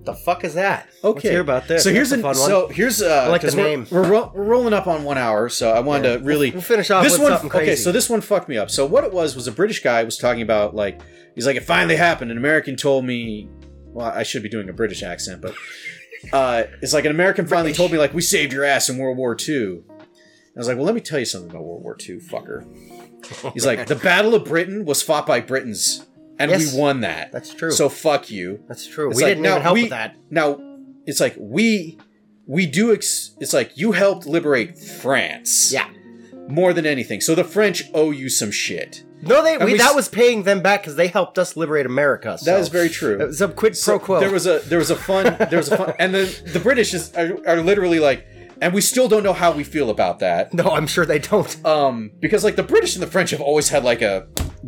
S1: The fuck is that?
S2: okay
S1: Let's hear about this.
S2: so here's
S1: That's
S2: an,
S1: a fun one.
S2: so here's uh
S1: I like the
S2: 'cause we're-
S1: name.
S2: we're, ro- we're rolling up on one hour so i wanted to really
S1: we'll finish off
S2: this
S1: with
S2: one
S1: something crazy.
S2: okay so this one fucked me up so what it was was a british guy was talking about like he's like it finally happened an american told me well i should be doing a british accent but [LAUGHS] uh, it's like an american finally told me like we saved your ass in world war ii And i was like well let me tell you something about world war ii fucker he's like the battle of britain was fought by britons and
S1: Yes.
S2: we won that
S1: That's true.
S2: so fuck you
S1: That's true.
S2: It's
S1: We
S2: like,
S1: didn't
S2: now
S1: even help
S2: we-
S1: with that.
S2: now it's like we we do ex- it's like you helped liberate france
S1: Yeah.
S2: more than anything so the french owe you some shit
S1: No, they
S2: And
S1: we,
S2: we
S1: that
S2: s-
S1: was paying them back because they helped us liberate America. So.
S2: That is very true.
S1: It was a quid
S2: So
S1: pro quo.
S2: There was a there was a fun there was a fun and the the British is are, are literally like and we still don't know how we feel about that.
S1: [LAUGHS] no, I'm sure they don't.
S2: Um because like the British and the French have always had like a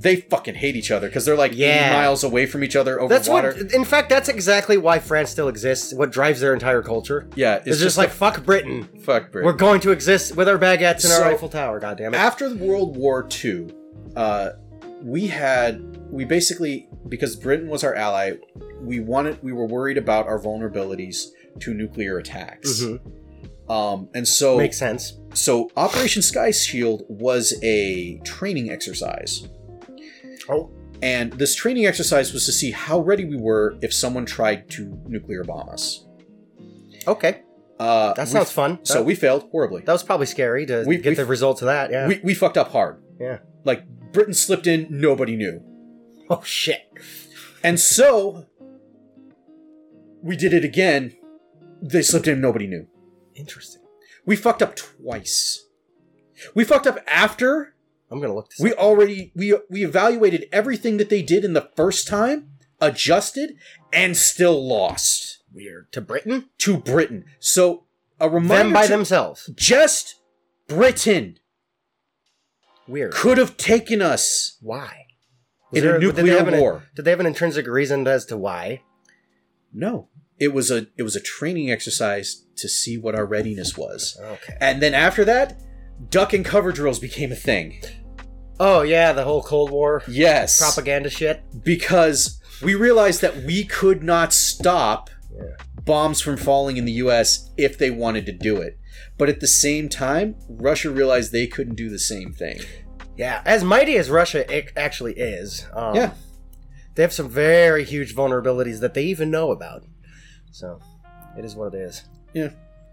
S2: they fucking hate each other because they're like
S1: Yeah.
S2: 80 miles away from each other over
S1: That's
S2: water.
S1: what. In fact, that's exactly why France still exists. What drives their entire culture?
S2: yeah,
S1: It's, just, like fuck Britain.
S2: the fuck Britain.
S1: We're going to exist with our baguettes and
S2: So-
S1: our Eiffel Tower. God damn it!
S2: after World War II, uh, we had we basically because Britain was our ally, we wanted we were worried about our vulnerabilities to nuclear attacks.
S1: Mhm.
S2: Um, and so
S1: Makes sense.
S2: So Operation Sky Shield was a training exercise.
S1: Oh.
S2: And this training exercise was to see how ready we were if someone tried to nuclear bomb us.
S1: Okay,
S2: Uh,
S1: that
S2: we-
S1: sounds fun.
S2: So
S1: that,
S2: we failed horribly.
S1: that was probably scary to
S2: We-
S1: get
S2: we-
S1: the results of that. Yeah.
S2: We, we fucked up hard.
S1: Yeah.
S2: Like Britain slipped in, nobody knew.
S1: [LAUGHS] oh shit!
S2: And so we did it again. They slipped in, nobody knew.
S1: Interesting.
S2: We fucked up twice. We fucked up after
S1: I'm gonna look. This
S2: We already we we evaluated everything that they did in the first time, adjusted, and still lost
S1: weird to Britain.
S2: to Britain. So a reminder
S1: Them by
S2: to-
S1: themselves.
S2: just Britain
S1: Weird.
S2: could have taken us
S1: Why? Was
S2: in a
S1: did they
S2: nuclear
S1: have an-
S2: war.
S1: Did they have an intrinsic reason as to why?
S2: No, it was a it was a training exercise to see what our readiness was,
S1: Okay.
S2: and then after that, duck and cover drills became a thing.
S1: Oh yeah, the whole Cold War
S2: Yes,
S1: propaganda shit.
S2: because we realized that we could not stop
S1: Yeah.
S2: bombs from falling in the US if they wanted to do it. But at the same time, Russia realized they couldn't do the same thing.
S1: Yeah, as mighty as Russia ac- actually is, um,
S2: Yeah.
S1: they have some very huge vulnerabilities that they even know about. So, it is what it is.
S2: Yeah.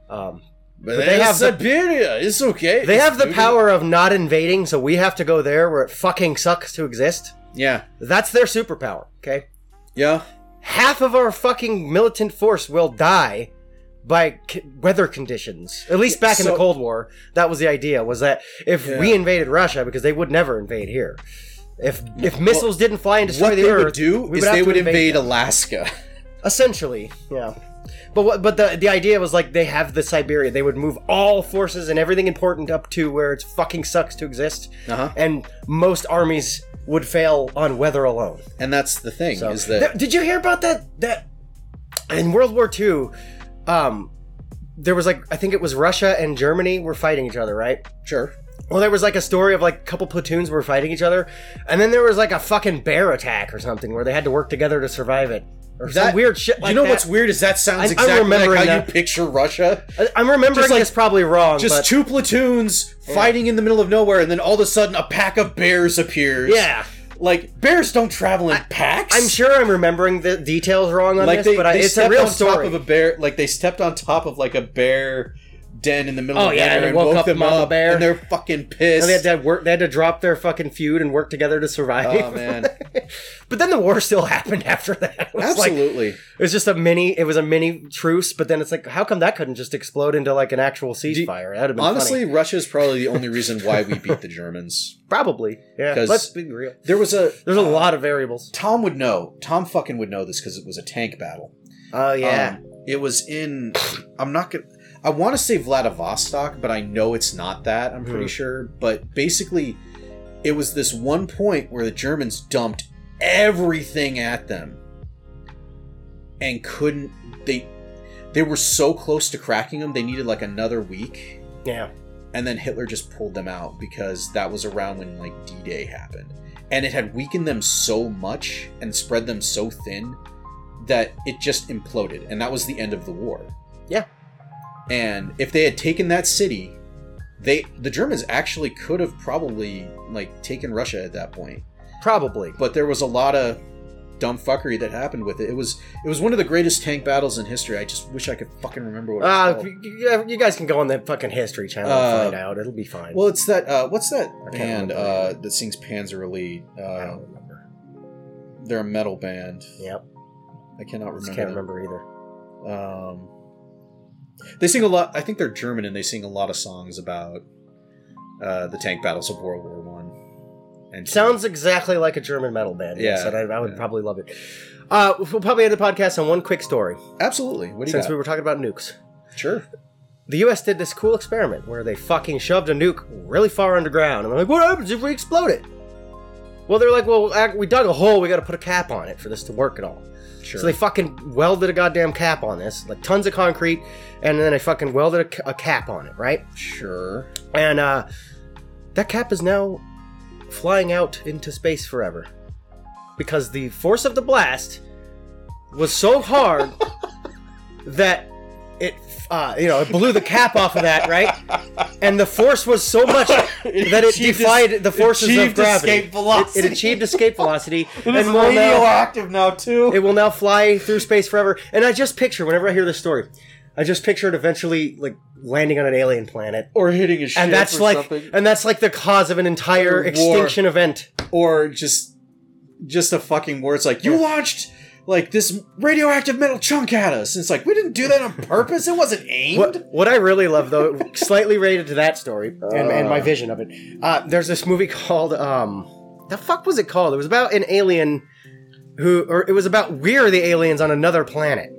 S1: Um,
S2: But,
S1: they have the-
S2: Siberia. It's okay.
S1: they
S2: It's
S1: have the
S2: doable.
S1: power of not invading, so we have to go there where it fucking sucks to exist.
S2: Yeah.
S1: That's their superpower. Okay.
S2: Yeah.
S1: half of our fucking militant force will die by c- weather conditions. At least back in the
S2: So-
S1: Cold War, that was the idea was that if
S2: Yeah.
S1: we invaded Russia because they would never invade here. If if missiles didn't fly and destroy
S2: what
S1: the
S2: they
S1: earth,
S2: would do
S1: we
S2: is
S1: have
S2: they
S1: to
S2: would invade
S1: them.
S2: Alaska.
S1: essentially. Yeah. But what, but the the idea was like they have the Siberia. They would move all forces and everything important up to where it fucking sucks to exist.
S2: [LAUGHS] Uh-huh.
S1: And most armies would fail on weather alone.
S2: And that's the thing
S1: So-
S2: is that
S1: Th- did you hear about that? That in World War II, um, there was like I think it was Russia and Germany were fighting each other, right?
S2: sure.
S1: Well, there was like a story of like a couple platoons were fighting each other, and then there was like a fucking bear attack or something where they had to work together to survive it or some
S2: That-
S1: weird shit. Like
S2: you know
S1: that.
S2: what's weird is that sounds
S1: I'm
S2: exactly
S1: remembering
S2: like how
S1: that.
S2: you picture Russia.
S1: I- I'm remembering
S2: Just like-
S1: this probably wrong.
S2: Just
S1: but
S2: two platoons fighting in the middle of nowhere, and then all of a sudden a pack of bears appears.
S1: yeah,
S2: Like bears don't travel in packs.
S1: I'm sure I'm remembering the details wrong on
S2: Like
S1: this,
S2: they,
S1: but I,
S2: they
S1: it's
S2: stepped
S1: a real
S2: on top
S1: story.
S2: of a bear. Like they stepped on top of like a bear den in the middle
S1: Oh,
S2: of the
S1: yeah,
S2: winter
S1: and it
S2: and
S1: woke
S2: woke
S1: up
S2: them
S1: Mama
S2: up,
S1: Bear.
S2: and they're
S1: [LAUGHS]
S2: fucking pissed.
S1: And they had to work. They had to drop their fucking feud and work together to survive.
S2: oh man,
S1: [LAUGHS] But then the war still [LAUGHS] happened after that. It was Like,
S2: absolutely.
S1: it was just a mini. It was a mini truce. But then it's like, how come that couldn't just explode into like an actual ceasefire? That'd have been
S2: Honestly,
S1: funny.
S2: Russia is probably the
S1: [LAUGHS]
S2: only reason why we beat the Germans.
S1: probably. Yeah.
S2: 'Cause-
S1: Let's be real.
S2: There was a
S1: There's a lot of variables.
S2: Tom would know. Tom fucking would know this because it was a tank battle.
S1: Oh yeah.
S2: Um, it was in. I'm not gonna. I want to say Vladivostok, but I know it's not that. I'm pretty
S1: Hmm.
S2: sure. But basically, it was this one point where the Germans dumped everything at them, and couldn't. They they were so close to cracking them. They needed like another week,
S1: yeah.
S2: and then Hitler just pulled them out because that was around when like D-Day happened. And it had weakened them so much and spread them so thin that it just imploded and that was the end of the war.
S1: Yeah.
S2: And if they had taken that city, they the Germans actually could have probably like taken Russia at that point.
S1: Probably.
S2: But there was a lot of dumb fuckery that happened with it. It was it was one of the greatest tank battles in history. I just wish I could fucking remember what it was
S1: Uh,
S2: called.
S1: you- you you guys can go on the fucking history channel and
S2: Uh,
S1: find out. It'll be fine.
S2: Well, it's that. Uh, what's that
S1: I can't
S2: band
S1: remember.
S2: uh, that sings Panzerly?
S1: I
S2: Uh,
S1: don't remember.
S2: they're a metal band.
S1: Yep.
S2: I cannot remember.
S1: Just can't
S2: them.
S1: remember either.
S2: Um, they sing a lot. I think they're German, and they sing a lot of songs about uh, the tank battles of World War One. And
S1: It sounds exactly like a German metal band.
S2: Yeah,
S1: Yes, and I, I would
S2: yeah.
S1: probably love it. Uh, we'll probably end the podcast on one quick story
S2: absolutely. What do you
S1: since
S2: got?
S1: we were talking about nukes.
S2: sure.
S1: the US did this cool experiment where they fucking shoved a nuke really far underground. And they're like, what happens if we explode it? Well, they're like, well, ac- we dug a hole, we gotta put a cap on it for this to work at all.
S2: Sure.
S1: So they fucking welded a goddamn cap on this, like tons of concrete, and then they fucking welded a, ca- a cap on it, right?
S2: sure.
S1: And uh, that cap is now flying out into space forever. Because the force of the blast was so
S2: [LAUGHS]
S1: hard that it, uh, you know, it blew the cap off of that, right? And the force was so much [COUGHS] that it
S2: achieved
S1: defied
S2: es-
S1: the forces of
S2: achieved
S1: gravity.
S2: escape velocity.
S1: It, it achieved escape velocity.
S2: [LAUGHS] It is
S1: will now-
S2: radioactive now, too.
S1: it will now fly through space forever. And I just picture, whenever I hear this story, I just picture it eventually like landing on an alien planet
S2: or hitting a ship
S1: and that's
S2: or
S1: like
S2: something.
S1: and that's like the cause of an entire
S2: War.
S1: extinction event
S2: or just just a fucking war. It's like you launched like this radioactive metal chunk at us. And it's like we didn't do that on purpose. It wasn't aimed.
S1: what, what i really love though [LAUGHS] slightly related to that story and, and my
S2: Ah.
S1: vision of it uh, there's this movie called um the fuck was it called it was about an alien who or it was about we're the aliens on another planet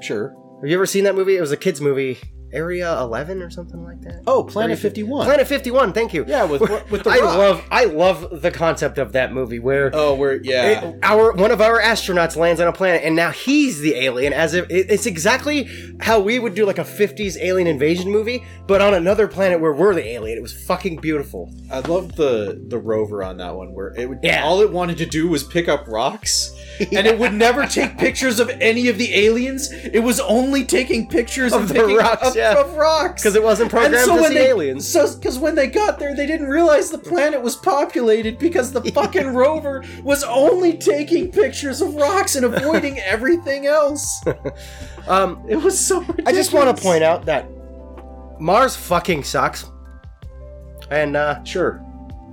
S2: Sure.
S1: have you ever seen that movie it was a kids movie area 11 or something like that
S2: Oh, Planet Fifty One.
S1: planet 51 thank you
S2: Yeah, with with the
S1: i
S2: Rock.
S1: love i love the concept of that movie where
S2: Oh, we're yeah.
S1: It- our one of our astronauts lands on a planet, and now he's the alien. As if it, it's exactly how we would do like a '50s alien invasion movie, but on another planet where we're the alien. It was fucking beautiful.
S2: I love the the rover on that one where it would
S1: Yeah.
S2: all it wanted to do was pick
S1: [LAUGHS]
S2: up rocks. And it would never take pictures of any of the aliens. It was only taking pictures
S1: Of
S2: of,
S1: the
S2: picking
S1: rocks,
S2: up-
S1: yeah.
S2: of rocks.
S1: because it wasn't programmed to see
S2: they,
S1: aliens.
S2: So, because when they got there, they didn't realize the planet was populated
S1: [LAUGHS]
S2: because the fucking rover was only taking pictures of rocks and
S1: [LAUGHS]
S2: avoiding everything else.
S1: Um,
S2: It was so. Ridiculous.
S1: I just want to point out that Mars fucking sucks, and uh,
S2: Sure.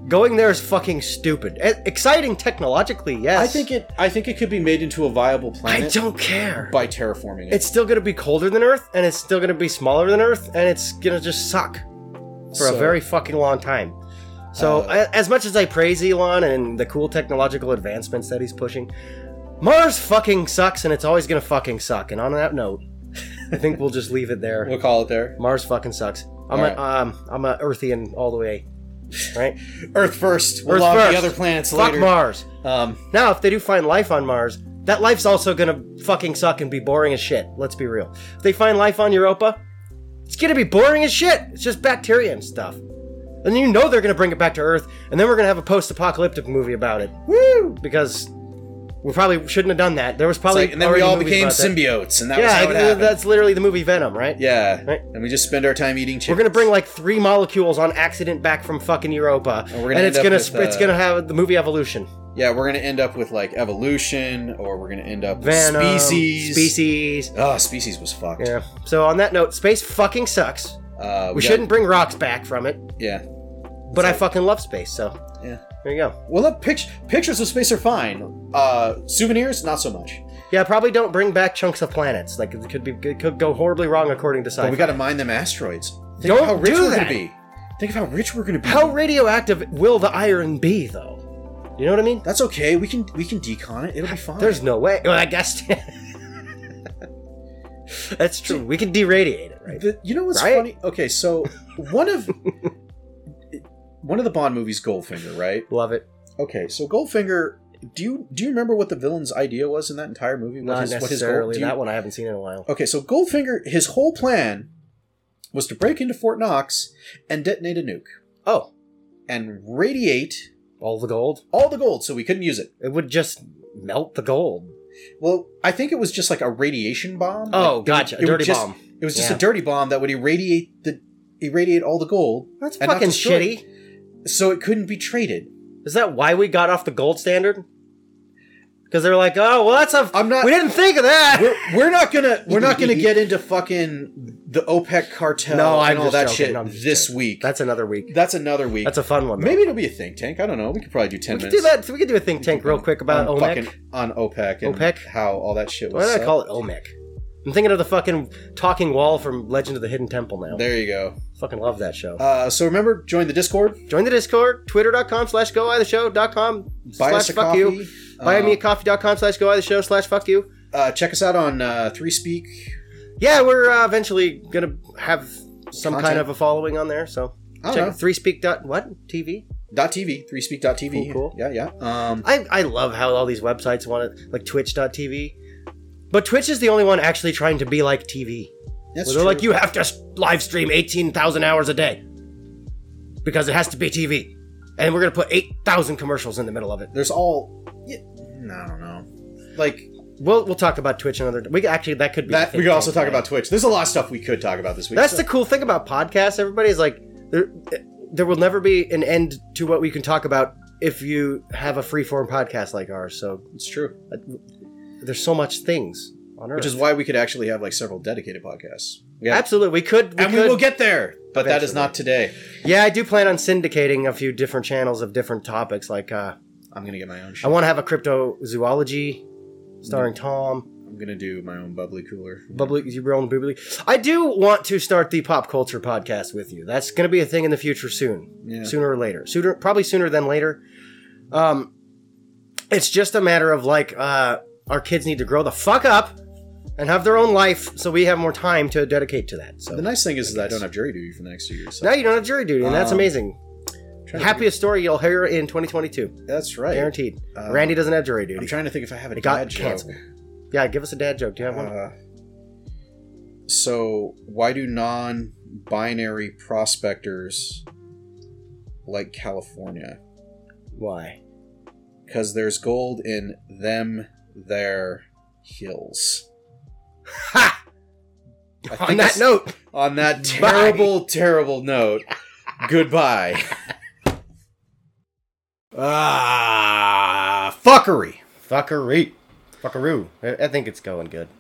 S1: Going there is fucking stupid. E- exciting technologically, yes.
S2: I think it. I think it could be made into a viable
S1: I
S2: planet
S1: don't care.
S2: by terraforming it.
S1: It's still gonna be colder than Earth, and it's still gonna be smaller than Earth, and it's gonna just suck for
S2: So-
S1: a very fucking long time. So,
S2: Uh,
S1: a- as much as I praise Elon and the cool technological advancements that he's pushing, Mars fucking sucks, and it's always gonna fucking suck. And on that note, I think we'll just leave it there.
S2: [LAUGHS] We'll call it there.
S1: Mars fucking sucks. I'm
S2: Alright.
S1: a, um, I'm a Earthian all the way, right?
S2: Earth first. We'll
S1: Earth
S2: log
S1: first.
S2: the other planets
S1: Fuck
S2: later.
S1: Mars.
S2: Um,
S1: Now, if they do find life on Mars, that life's also gonna fucking suck and be boring as shit. Let's be real. If they find life on Europa, it's gonna be boring as shit. It's just bacteria and stuff. And you know they're gonna bring it back to Earth, and then we're gonna have a post-apocalyptic movie about it. Woo! Because we probably shouldn't have done that. There was probably
S2: like- and then we
S1: already
S2: all
S1: movies
S2: became
S1: about that.
S2: symbiotes, and that was
S1: Yeah,
S2: how it happened.
S1: that's literally the movie Venom, right?
S2: yeah,
S1: Right.
S2: and we just spend our time eating chicken.
S1: We're gonna bring like three molecules on accident back from fucking Europa, and,
S2: we're gonna end
S1: it's
S2: up
S1: gonna
S2: with,
S1: sp- it's
S2: uh,
S1: gonna have the movie Evolution.
S2: yeah, we're gonna end up with like evolution, or we're gonna end up with
S1: Venom,
S2: species.
S1: species.
S2: Oh, species was fucked.
S1: Yeah. So on that note, space fucking sucks.
S2: Uh,
S1: We,
S2: got-
S1: shouldn't bring rocks back from it,
S2: Yeah,
S1: but I fucking love space. So
S2: yeah.
S1: there you go.
S2: Well, look, pict- pictures of space are fine. Uh, souvenirs, not so much.
S1: Yeah, probably don't bring back chunks of planets. Like it could be it could go horribly wrong according to
S2: But
S1: science.
S2: we got to mine them asteroids. Think
S1: Don't
S2: of how rich
S1: do
S2: we're
S1: that.
S2: gonna be. Think of how rich we're gonna be.
S1: How radioactive will the iron be, though? You know what I mean?
S2: That's okay. We can we can decon it. It'll be fine.
S1: There's no way. Well, I guess [LAUGHS] that's true. We can deradiate it, right?
S2: The- you know what's
S1: Right?
S2: funny? Okay, so one
S1: [LAUGHS]
S2: of one of the Bond movies, Goldfinger, right?
S1: Love it.
S2: Okay, so Goldfinger. Do you do you remember what the villain's idea was in that entire movie? What
S1: Not
S2: his- what his goal-
S1: necessarily
S2: do you-
S1: that one. I haven't seen in a while.
S2: Okay, so Goldfinger, his whole plan was to break into Fort Knox and detonate a nuke
S1: Oh,
S2: and radiate
S1: all the gold.
S2: all the gold, so we couldn't use it.
S1: It would just melt the gold.
S2: Well, I think it was just like a radiation bomb.
S1: Oh,
S2: Like, it
S1: gotcha. A
S2: would- it would
S1: dirty
S2: just-
S1: bomb.
S2: It was just
S1: Yeah.
S2: a dirty bomb that would irradiate the irradiate all the gold,
S1: That's
S2: And not
S1: fucking
S2: destroy it.
S1: shitty.
S2: so it couldn't be traded.
S1: Is that why we got off the gold standard? Because they're like, oh, well, that's a.
S2: I'm not-
S1: We didn't think of that.
S2: we're, we're not gonna we're not
S1: [LAUGHS]
S2: gonna get into fucking the OPEC cartel
S1: No, I'm
S2: and all
S1: just
S2: that
S1: joking.
S2: shit
S1: I'm just
S2: this
S1: joking.
S2: week. That's,
S1: That's another week.
S2: another week.
S1: That's a fun one. though.
S2: Maybe it'll be a think tank. I don't know. We could probably do ten
S1: we could do
S2: minutes.
S1: that. We could do a think tank real quick about
S2: on
S1: OMEC.
S2: fucking- on OPEC and
S1: OPEC?
S2: how all that shit was.
S1: Why did I
S2: set.
S1: call it OMEC? I'm thinking of the fucking talking wall from Legend of the Hidden Temple now.
S2: There you go.
S1: Fucking love that show.
S2: Uh, so remember, join the Discord.
S1: Join the Discord, twitter.com slash go the show.com
S2: Buy
S1: slash
S2: us a
S1: fuck
S2: coffee.
S1: you. Buy
S2: uh,
S1: me at coffee.com slash go the show slash fuck you.
S2: Uh, check us out on uh, Three Speak.
S1: Yeah, we're uh, eventually gonna have some
S2: Content.
S1: kind of a following on there, so
S2: I
S1: check
S2: don't know.
S1: three speak dot what? TV?
S2: Dot TV. Three Speak. Dot TV.
S1: Cool, cool.
S2: Yeah, yeah. Um,
S1: I, I love how all these websites want it, like Twitch.tv. But Twitch is the only one actually trying to be like TV.
S2: that's
S1: Where they're
S2: true.
S1: like, you have to s- live stream 18,000 hours a day because it has to be TV. And we're going to put 8,000 commercials in the middle of it.
S2: There's all. Yeah, I don't know. Like
S1: We'll, we'll talk about Twitch another We could- Actually, that could be.
S2: that.
S1: the
S2: We could
S1: thing.
S2: also talk about Twitch. There's a lot of stuff we could talk about this week.
S1: That's
S2: so-
S1: the cool thing about podcasts. Everybody's like, there, there will never be an end to what we can talk about if you have a free form podcast like ours. So
S2: It's true.
S1: there's so much things on Earth.
S2: Which is why we could actually have like several dedicated podcasts. Yeah.
S1: Absolutely, we could. We
S2: and
S1: could.
S2: we will get there. But that is
S1: Eventually.
S2: not today.
S1: yeah, I do plan on syndicating a few different channels of different topics. Like, uh,
S2: I'm going to get my own
S1: I
S2: shit.
S1: want to have a cryptozoology starring Tom.
S2: I'm going to do my own bubbly cooler.
S1: Bubbly, your own bubbly. I do want to start the pop culture podcast with you. That's going to be a thing in the future soon.
S2: Yeah.
S1: sooner or later. Sooner, probably sooner than later. Um, it's just a matter of like uh, our kids need to grow the fuck up and have their own life, so we have more time to dedicate to that. So
S2: The nice thing is, that I don't have jury duty for the next two years. So
S1: now you don't have jury duty, and that's
S2: Um,
S1: amazing.
S2: I'm trying to
S1: Happiest story you'll hear in 2022,
S2: think- that's right.
S1: guaranteed.
S2: Um,
S1: Randy doesn't have jury
S2: I'm
S1: duty.
S2: trying to think if I have a
S1: It
S2: dad
S1: got
S2: joke.
S1: canceled. Yeah, give us a dad joke. Do you have one?
S2: Uh, so why do non-binary prospectors like California?
S1: Why?
S2: Because there's gold in them, their hills.
S1: Ha!
S2: I
S1: On
S2: think
S1: that
S2: it's-
S1: note,
S2: on that
S1: Bye.
S2: terrible,
S1: [LAUGHS]
S2: terrible note, goodbye. Ah, fuckery.
S1: Ah. fuckery, fuckaroo. I I think it's going good.